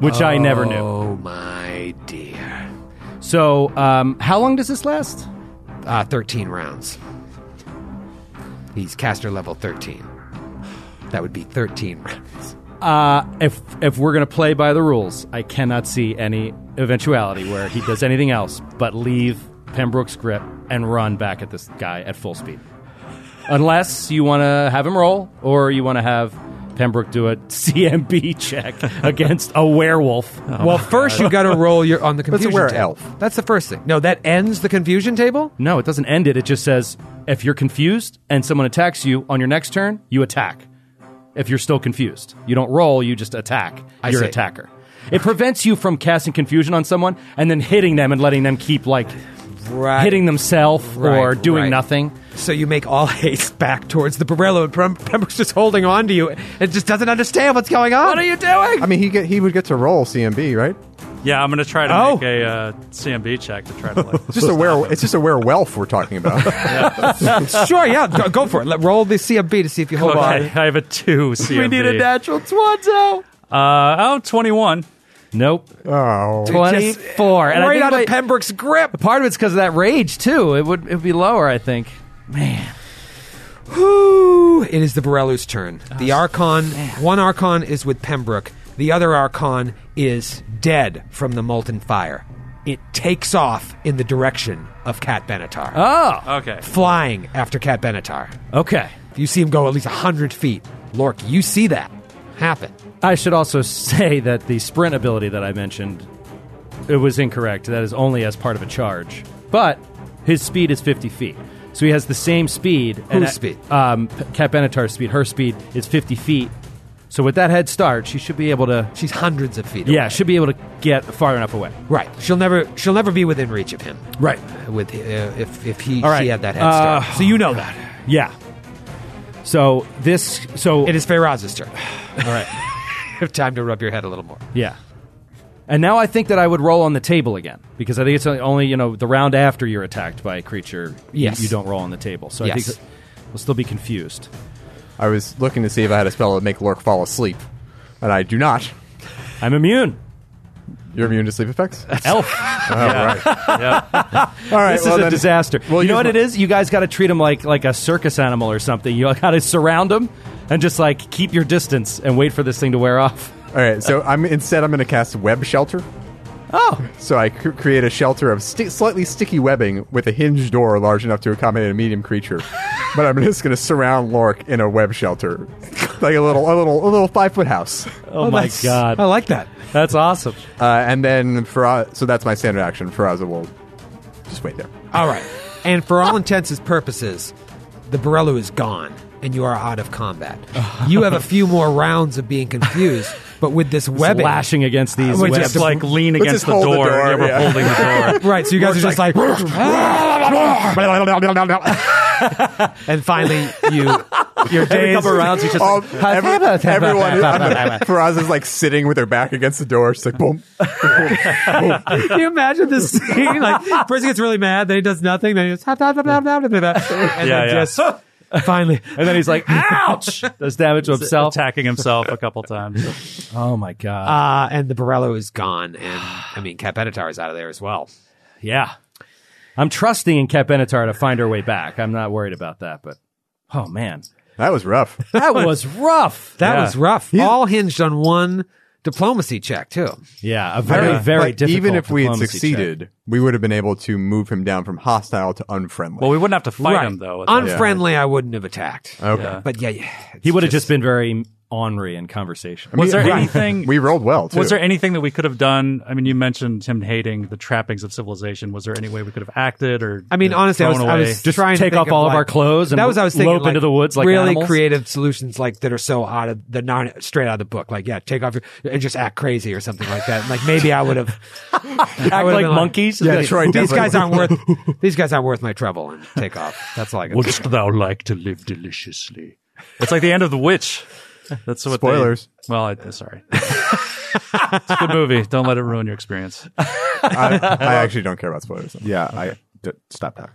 Speaker 6: which I never knew.
Speaker 2: Oh my dear.
Speaker 6: So, um, how long does this last?
Speaker 2: Uh, 13 rounds. He's caster level 13. That would be 13 rounds.
Speaker 6: Uh, if if we're gonna play by the rules, I cannot see any eventuality where he does anything else but leave Pembroke's grip and run back at this guy at full speed. Unless you want to have him roll, or you want to have Pembroke do a <laughs> CMB check against a werewolf.
Speaker 2: <laughs> well, first you got to roll your on the
Speaker 3: That's a
Speaker 2: confusion
Speaker 3: were
Speaker 2: table.
Speaker 3: elf.
Speaker 2: That's the first thing. No, that ends the confusion table.
Speaker 6: No, it doesn't end it. It just says if you're confused and someone attacks you on your next turn, you attack. If you're still confused, you don't roll, you just attack
Speaker 2: I
Speaker 6: your
Speaker 2: see.
Speaker 6: attacker. It prevents you from casting confusion on someone and then hitting them and letting them keep like
Speaker 2: Right.
Speaker 6: hitting themselves or
Speaker 2: Right,
Speaker 6: doing
Speaker 2: right.
Speaker 6: nothing.
Speaker 2: So you make all <laughs> haste back towards the Barello, and Prem- Pembroke's just holding on to you and just doesn't understand what's going on. What are you doing?
Speaker 3: I mean, he get, he would get to roll CMB, right?
Speaker 4: Yeah, I'm going to try to
Speaker 2: Oh.
Speaker 4: make a uh, CMB check to try to <laughs> like.
Speaker 3: It's just a where it's just a where wealth we're talking about. <laughs>
Speaker 2: sure, yeah, go, go for it. Let, roll the CMB to see if you hold
Speaker 4: okay,
Speaker 2: on.
Speaker 4: I have a two CMB.
Speaker 2: natural Twanzo.
Speaker 4: Uh, oh, 21.
Speaker 6: Nope.
Speaker 3: oh,
Speaker 6: 24. And I
Speaker 2: Right
Speaker 6: think
Speaker 2: out of
Speaker 6: my-
Speaker 2: Pembroke's grip.
Speaker 6: part of it's because of that rage, too. It would it would be lower, I think. Man.
Speaker 2: Whew. It is the Borellu's turn.
Speaker 6: Oh,
Speaker 2: The Archon, one Archon is with Pembroke. The other Archon is dead from the molten fire. It takes off in the direction of Cat Benatar.
Speaker 6: Oh.
Speaker 4: Okay.
Speaker 2: Flying after Cat Benatar.
Speaker 6: Okay.
Speaker 2: You see him go at least 100 feet. Lork, you see that happen.
Speaker 6: I should also <laughs> say that the sprint ability that I mentioned, it was incorrect. That is only as part of a charge. But his speed is 50 feet. So he has the same speed. and
Speaker 2: Whose
Speaker 6: I-
Speaker 2: speed?
Speaker 6: Um, P- Kat Benatar's speed. Her speed is 50 feet. So with that head start, she should be able to...
Speaker 2: She's hundreds of feet away.
Speaker 6: Yeah, should be able to get far enough away.
Speaker 2: Right. She'll never she'll never be within reach of him.
Speaker 6: Right.
Speaker 2: With uh, if if he
Speaker 6: All right.
Speaker 2: she had that head start.
Speaker 6: Uh,
Speaker 2: so you know that.
Speaker 6: Yeah. So this... So...
Speaker 2: It is Feyraz's turn. <laughs>
Speaker 6: All right.
Speaker 2: You have time to rub your head a little more.
Speaker 6: Yeah. And now I think that I would roll on the table again because I think it's only you know the round after you're attacked by a creature. you-
Speaker 2: Yes.
Speaker 6: You, don't roll on the table, so I
Speaker 2: Yes.
Speaker 6: think we'll still be confused.
Speaker 3: I was looking to see if I had a spell that make Lurk fall asleep, and I do not.
Speaker 6: I'm immune.
Speaker 3: You're immune to sleep effects.
Speaker 6: Elf.
Speaker 3: All right,
Speaker 6: this
Speaker 3: well
Speaker 6: is a
Speaker 3: then-
Speaker 6: disaster.
Speaker 3: well,
Speaker 6: you know
Speaker 3: use
Speaker 6: what
Speaker 3: my-
Speaker 6: it is? You guys got to treat them like like a circus animal or something. You got to surround them and just like keep your distance and wait for this thing to wear off.
Speaker 3: All right, so I'm instead I'm going to cast web shelter.
Speaker 6: Oh,
Speaker 3: So I cr- create a shelter of sti- slightly sticky webbing with a hinge door large enough to accommodate a medium creature. but I'm just going to surround Lork in a web shelter, like a little, a little, a little five foot house.
Speaker 6: oh, my
Speaker 2: That's-
Speaker 6: god,
Speaker 2: I like that.
Speaker 6: that's awesome.
Speaker 3: Uh, and then for so that's my standard action. Faraza will just wait there.
Speaker 2: All right. And for all intents and purposes, the Borello is gone and you are out of combat. You have a few more rounds of being confused, but with this webbing.
Speaker 6: Lashing against these
Speaker 2: Wait,
Speaker 6: webs.
Speaker 2: just
Speaker 4: Just like lean
Speaker 3: Let's
Speaker 4: against
Speaker 3: just
Speaker 4: the
Speaker 3: hold the
Speaker 4: door,
Speaker 3: door,
Speaker 4: never
Speaker 3: yeah.
Speaker 4: holding the
Speaker 6: <laughs>
Speaker 4: door.
Speaker 2: Right, so you guys are just like,
Speaker 3: Um,
Speaker 2: and finally you your
Speaker 6: Every
Speaker 2: days
Speaker 6: couple rounds, you just
Speaker 3: All-
Speaker 6: like,
Speaker 3: Um, every- everyone, Faraza's like sitting with her back against the door. She's like, boom.
Speaker 2: Can you imagine this scene? Like, first he gets really mad, then he does nothing, then he just, and
Speaker 4: Yeah,
Speaker 2: then
Speaker 4: yeah.
Speaker 2: just finally.
Speaker 6: and then he's like,
Speaker 3: <laughs>
Speaker 6: "Ouch!" Does damage to himself.
Speaker 4: Attacking himself a couple <laughs> times.
Speaker 6: Oh my god.
Speaker 2: Uh, and the Borello is gone, and I mean, Capetitar is out of there as well.
Speaker 6: Yeah. I'm trusting in Kat Benatar to find her way back. I'm not worried about that, but oh man.
Speaker 3: That was rough.
Speaker 6: That was rough.
Speaker 2: That
Speaker 6: Yeah.
Speaker 2: was rough. All hinged on one diplomacy check, too.
Speaker 6: Yeah, a very,
Speaker 3: Yeah.
Speaker 6: very
Speaker 3: But
Speaker 6: difficult.
Speaker 3: Even if we had
Speaker 6: diplomacy
Speaker 3: succeeded, we would have been able to move him down from hostile to unfriendly.
Speaker 4: Well, we wouldn't have to fight him though. at that-
Speaker 2: Unfriendly, I wouldn't have attacked.
Speaker 3: Okay.
Speaker 2: But yeah, yeah.
Speaker 6: check. He would have just, been very ornery in conversation.
Speaker 4: Was there
Speaker 3: Right. <laughs>
Speaker 4: anything?
Speaker 3: we rolled well too.
Speaker 4: was there anything that we could have done? I mean, you mentioned him hating the trappings of civilization. Was there any way we could have acted or?
Speaker 2: I mean,
Speaker 4: you know,
Speaker 2: honestly, I was,
Speaker 4: thrown
Speaker 2: I
Speaker 4: away?
Speaker 2: was just trying to
Speaker 6: take
Speaker 2: think
Speaker 6: off all of
Speaker 2: like-
Speaker 6: our clothes and
Speaker 2: that was I was thinking
Speaker 6: lope
Speaker 2: like,
Speaker 6: into the woods like
Speaker 2: really
Speaker 6: animals?
Speaker 2: creative solutions like that are so out of the non straight out of the book. Like yeah, take off your and just act crazy or something like that. Like maybe I would
Speaker 6: <laughs>
Speaker 2: have
Speaker 6: Act like monkeys?
Speaker 3: Yeah, Troy
Speaker 2: These
Speaker 3: definitely-
Speaker 2: guys aren't
Speaker 6: <laughs>
Speaker 2: worth these guys aren't worth my trouble and take off. That's all I got.
Speaker 4: Wouldst thou like to live deliciously? It's like the end of The Witch. That's what they-
Speaker 3: Spoilers.
Speaker 4: well, I, sorry. <laughs> it's a good movie. Don't let it ruin your experience.
Speaker 3: I,
Speaker 4: <laughs>
Speaker 3: I actually don't care about spoilers.
Speaker 15: Yeah, I d- stop talking.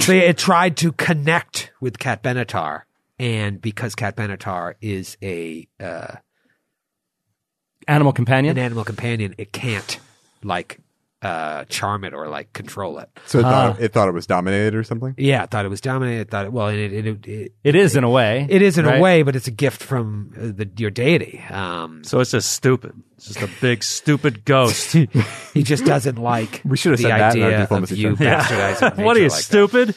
Speaker 2: So yeah, it tried to connect with Cat Benatar, and because Cat Benatar is a uh,
Speaker 6: Animal companion?
Speaker 2: an animal companion, it can't like uh, charm it or like control it.
Speaker 3: So it, thought,
Speaker 4: Ah.
Speaker 3: it thought it was dominated or something.
Speaker 2: Yeah, I thought it was dominated. I thought it well, and it it, it,
Speaker 6: it is in a way.
Speaker 2: it is in
Speaker 6: right?
Speaker 2: a way, but it's a gift from uh, the, your deity. Um,
Speaker 4: So it's just stupid. It's just a big stupid
Speaker 6: <laughs>
Speaker 4: ghost.
Speaker 2: he just
Speaker 3: <laughs>
Speaker 2: doesn't like
Speaker 3: We should have
Speaker 2: the
Speaker 3: said that in our
Speaker 2: idea of
Speaker 3: diplomacy
Speaker 2: you
Speaker 3: <laughs>
Speaker 2: bastardizing.
Speaker 4: what are
Speaker 2: nature like
Speaker 4: you
Speaker 2: that.
Speaker 4: stupid?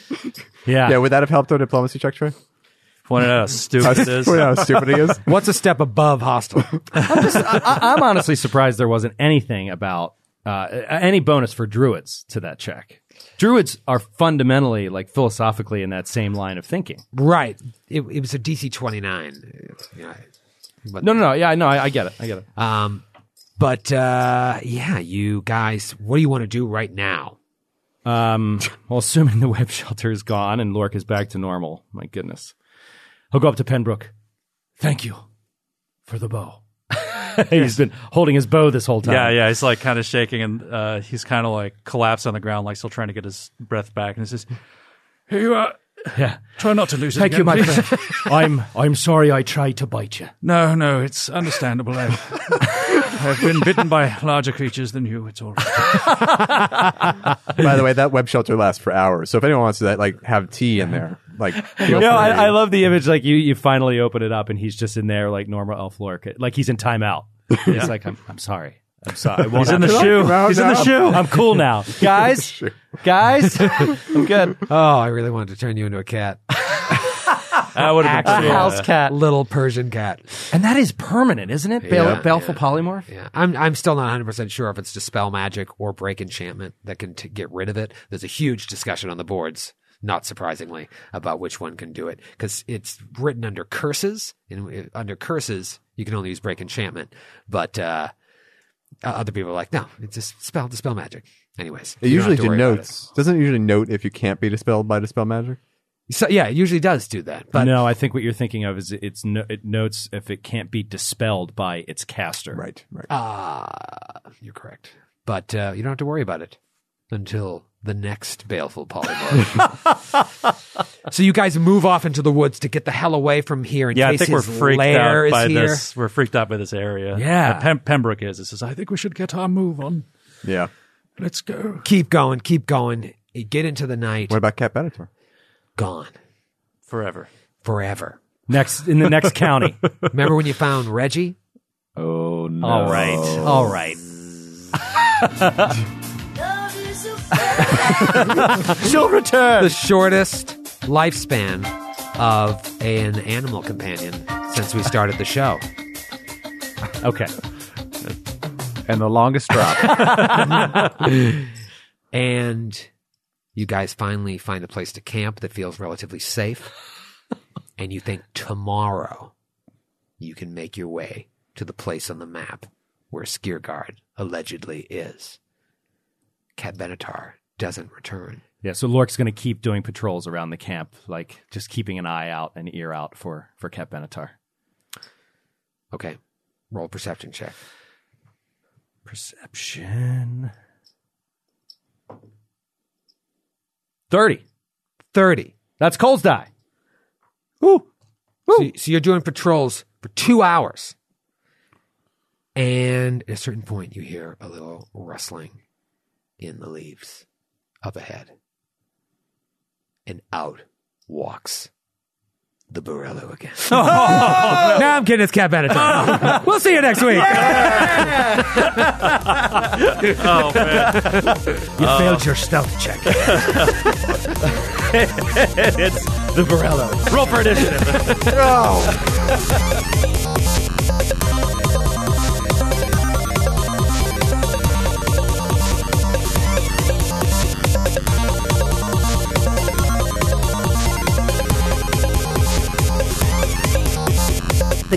Speaker 6: Yeah.
Speaker 3: Yeah, would that have helped our diplomacy check,
Speaker 4: <laughs>
Speaker 3: Troy?
Speaker 4: Pointed out how stupid it is.
Speaker 3: Point out how stupid he
Speaker 4: <laughs>
Speaker 3: is.
Speaker 2: What's a step above hostile?
Speaker 6: I, I'm honestly surprised there wasn't anything about uh, any bonus for druids to that check. Druids are fundamentally, like philosophically, in that same line of thinking.
Speaker 2: right. It, it was a DC twenty nine.
Speaker 6: No, no, no. Yeah, no, I, I get it. I get it.
Speaker 2: Um, but uh, yeah, you guys, what do you want to do right now?
Speaker 6: Um, well, assuming the web shelter is gone and Lork is back to normal, my goodness. He'll go up to Penbrook. Thank you for the bow. <laughs> He's been holding his bow this whole time.
Speaker 4: Yeah, yeah. He's like kind of shaking and uh, he's kind of like collapsed on the ground, like still trying to get his breath back. And it's just, here you are.
Speaker 6: Yeah.
Speaker 4: Try not to lose it.
Speaker 6: Thank
Speaker 4: again,
Speaker 6: you, my
Speaker 4: please." <laughs>
Speaker 6: friend. I'm I'm sorry I tried to bite you.
Speaker 4: No, no, it's understandable. I've, <laughs> I've been bitten by larger creatures than you. It's all right.
Speaker 3: By the way, that web shelter lasts for hours. So if anyone wants to like have tea in there, like feel free.
Speaker 6: No, I, I love the image. Like you, you finally open it up, and he's just in there, like normal elf Lork. Like he's in timeout. He's like, I'm, I'm sorry. I'm sorry. I won't
Speaker 4: He's in the shoe. He's in the shoe.
Speaker 6: I'm cool now.
Speaker 2: Guys, guys, I'm good. Oh, I really wanted to turn you into a cat,
Speaker 4: That would have
Speaker 6: A
Speaker 4: been cool.
Speaker 6: house cat,
Speaker 2: little Persian cat.
Speaker 6: and that is permanent, isn't it? Bale-
Speaker 2: Yeah.
Speaker 6: baleful polymorph.
Speaker 2: Yeah, I'm I'm still not 100 percent sure if it's dispel magic or break enchantment that can t- get rid of it. There's a huge discussion on the boards, not surprisingly, about which one can do it because it's written under curses, and uh, under curses you can only use break enchantment, but uh, uh, other people are like, no, it's just spell dispel magic. Anyways,
Speaker 3: It
Speaker 2: you don't
Speaker 3: usually
Speaker 2: have to worry about it.
Speaker 3: denotes. Doesn't it usually note if you can't be dispelled by dispel magic?
Speaker 2: So yeah, it usually does do that, but
Speaker 6: no, I think what you're thinking of is it's no, it notes if it can't be dispelled by its caster.
Speaker 3: Right, right.
Speaker 2: Ah, you're correct. But uh, you don't have to worry about it until the next baleful polymorph.
Speaker 4: <laughs>
Speaker 2: so you guys move off into the woods to get the hell away from here. In
Speaker 4: Yeah, I
Speaker 2: case
Speaker 4: think we're
Speaker 2: his
Speaker 4: freaked
Speaker 2: lair
Speaker 4: out
Speaker 2: is
Speaker 4: by
Speaker 2: here.
Speaker 4: this. We're freaked out by this area.
Speaker 2: Yeah.
Speaker 4: Uh, Pem- Pembroke is. It says, I think we should get our move on.
Speaker 3: yeah.
Speaker 4: Let's go.
Speaker 2: Keep going, keep going. You get into the night,
Speaker 3: What about Cat Benatar?
Speaker 2: gone
Speaker 4: Forever.
Speaker 2: forever.
Speaker 6: Next in
Speaker 4: <laughs>
Speaker 6: the next county.
Speaker 2: Remember when you found Reggie?
Speaker 5: Oh no!
Speaker 6: All right.
Speaker 2: Oh.
Speaker 6: All right.
Speaker 4: <laughs> She'll return.
Speaker 2: The shortest lifespan of an animal companion since we started the show.
Speaker 6: Okay.
Speaker 5: And the longest
Speaker 2: <laughs>
Speaker 5: drop.
Speaker 2: and you guys finally find a place to camp that feels relatively safe. and you think tomorrow you can make your way to the place on the map where Skiergard allegedly is. Cat Benatar doesn't return.
Speaker 6: Yeah, so Lork's going to keep doing patrols around the camp, like just keeping an eye out and ear out for for Cat Benatar.
Speaker 2: Okay, roll perception check.
Speaker 6: Perception. 30.
Speaker 2: 30.
Speaker 6: That's Cole's die.
Speaker 2: So, so you're doing patrols for two hours. And at a certain point, you hear a little rustling in the leaves up ahead. And out walks the Borello again. Now I'm kidding. It's Cat Benatar. <laughs> we'll see you next week. <laughs>
Speaker 4: Oh,
Speaker 2: you failed
Speaker 4: Uh.
Speaker 2: your stealth
Speaker 4: <laughs>
Speaker 2: check.
Speaker 4: Roll for initiative.
Speaker 16: The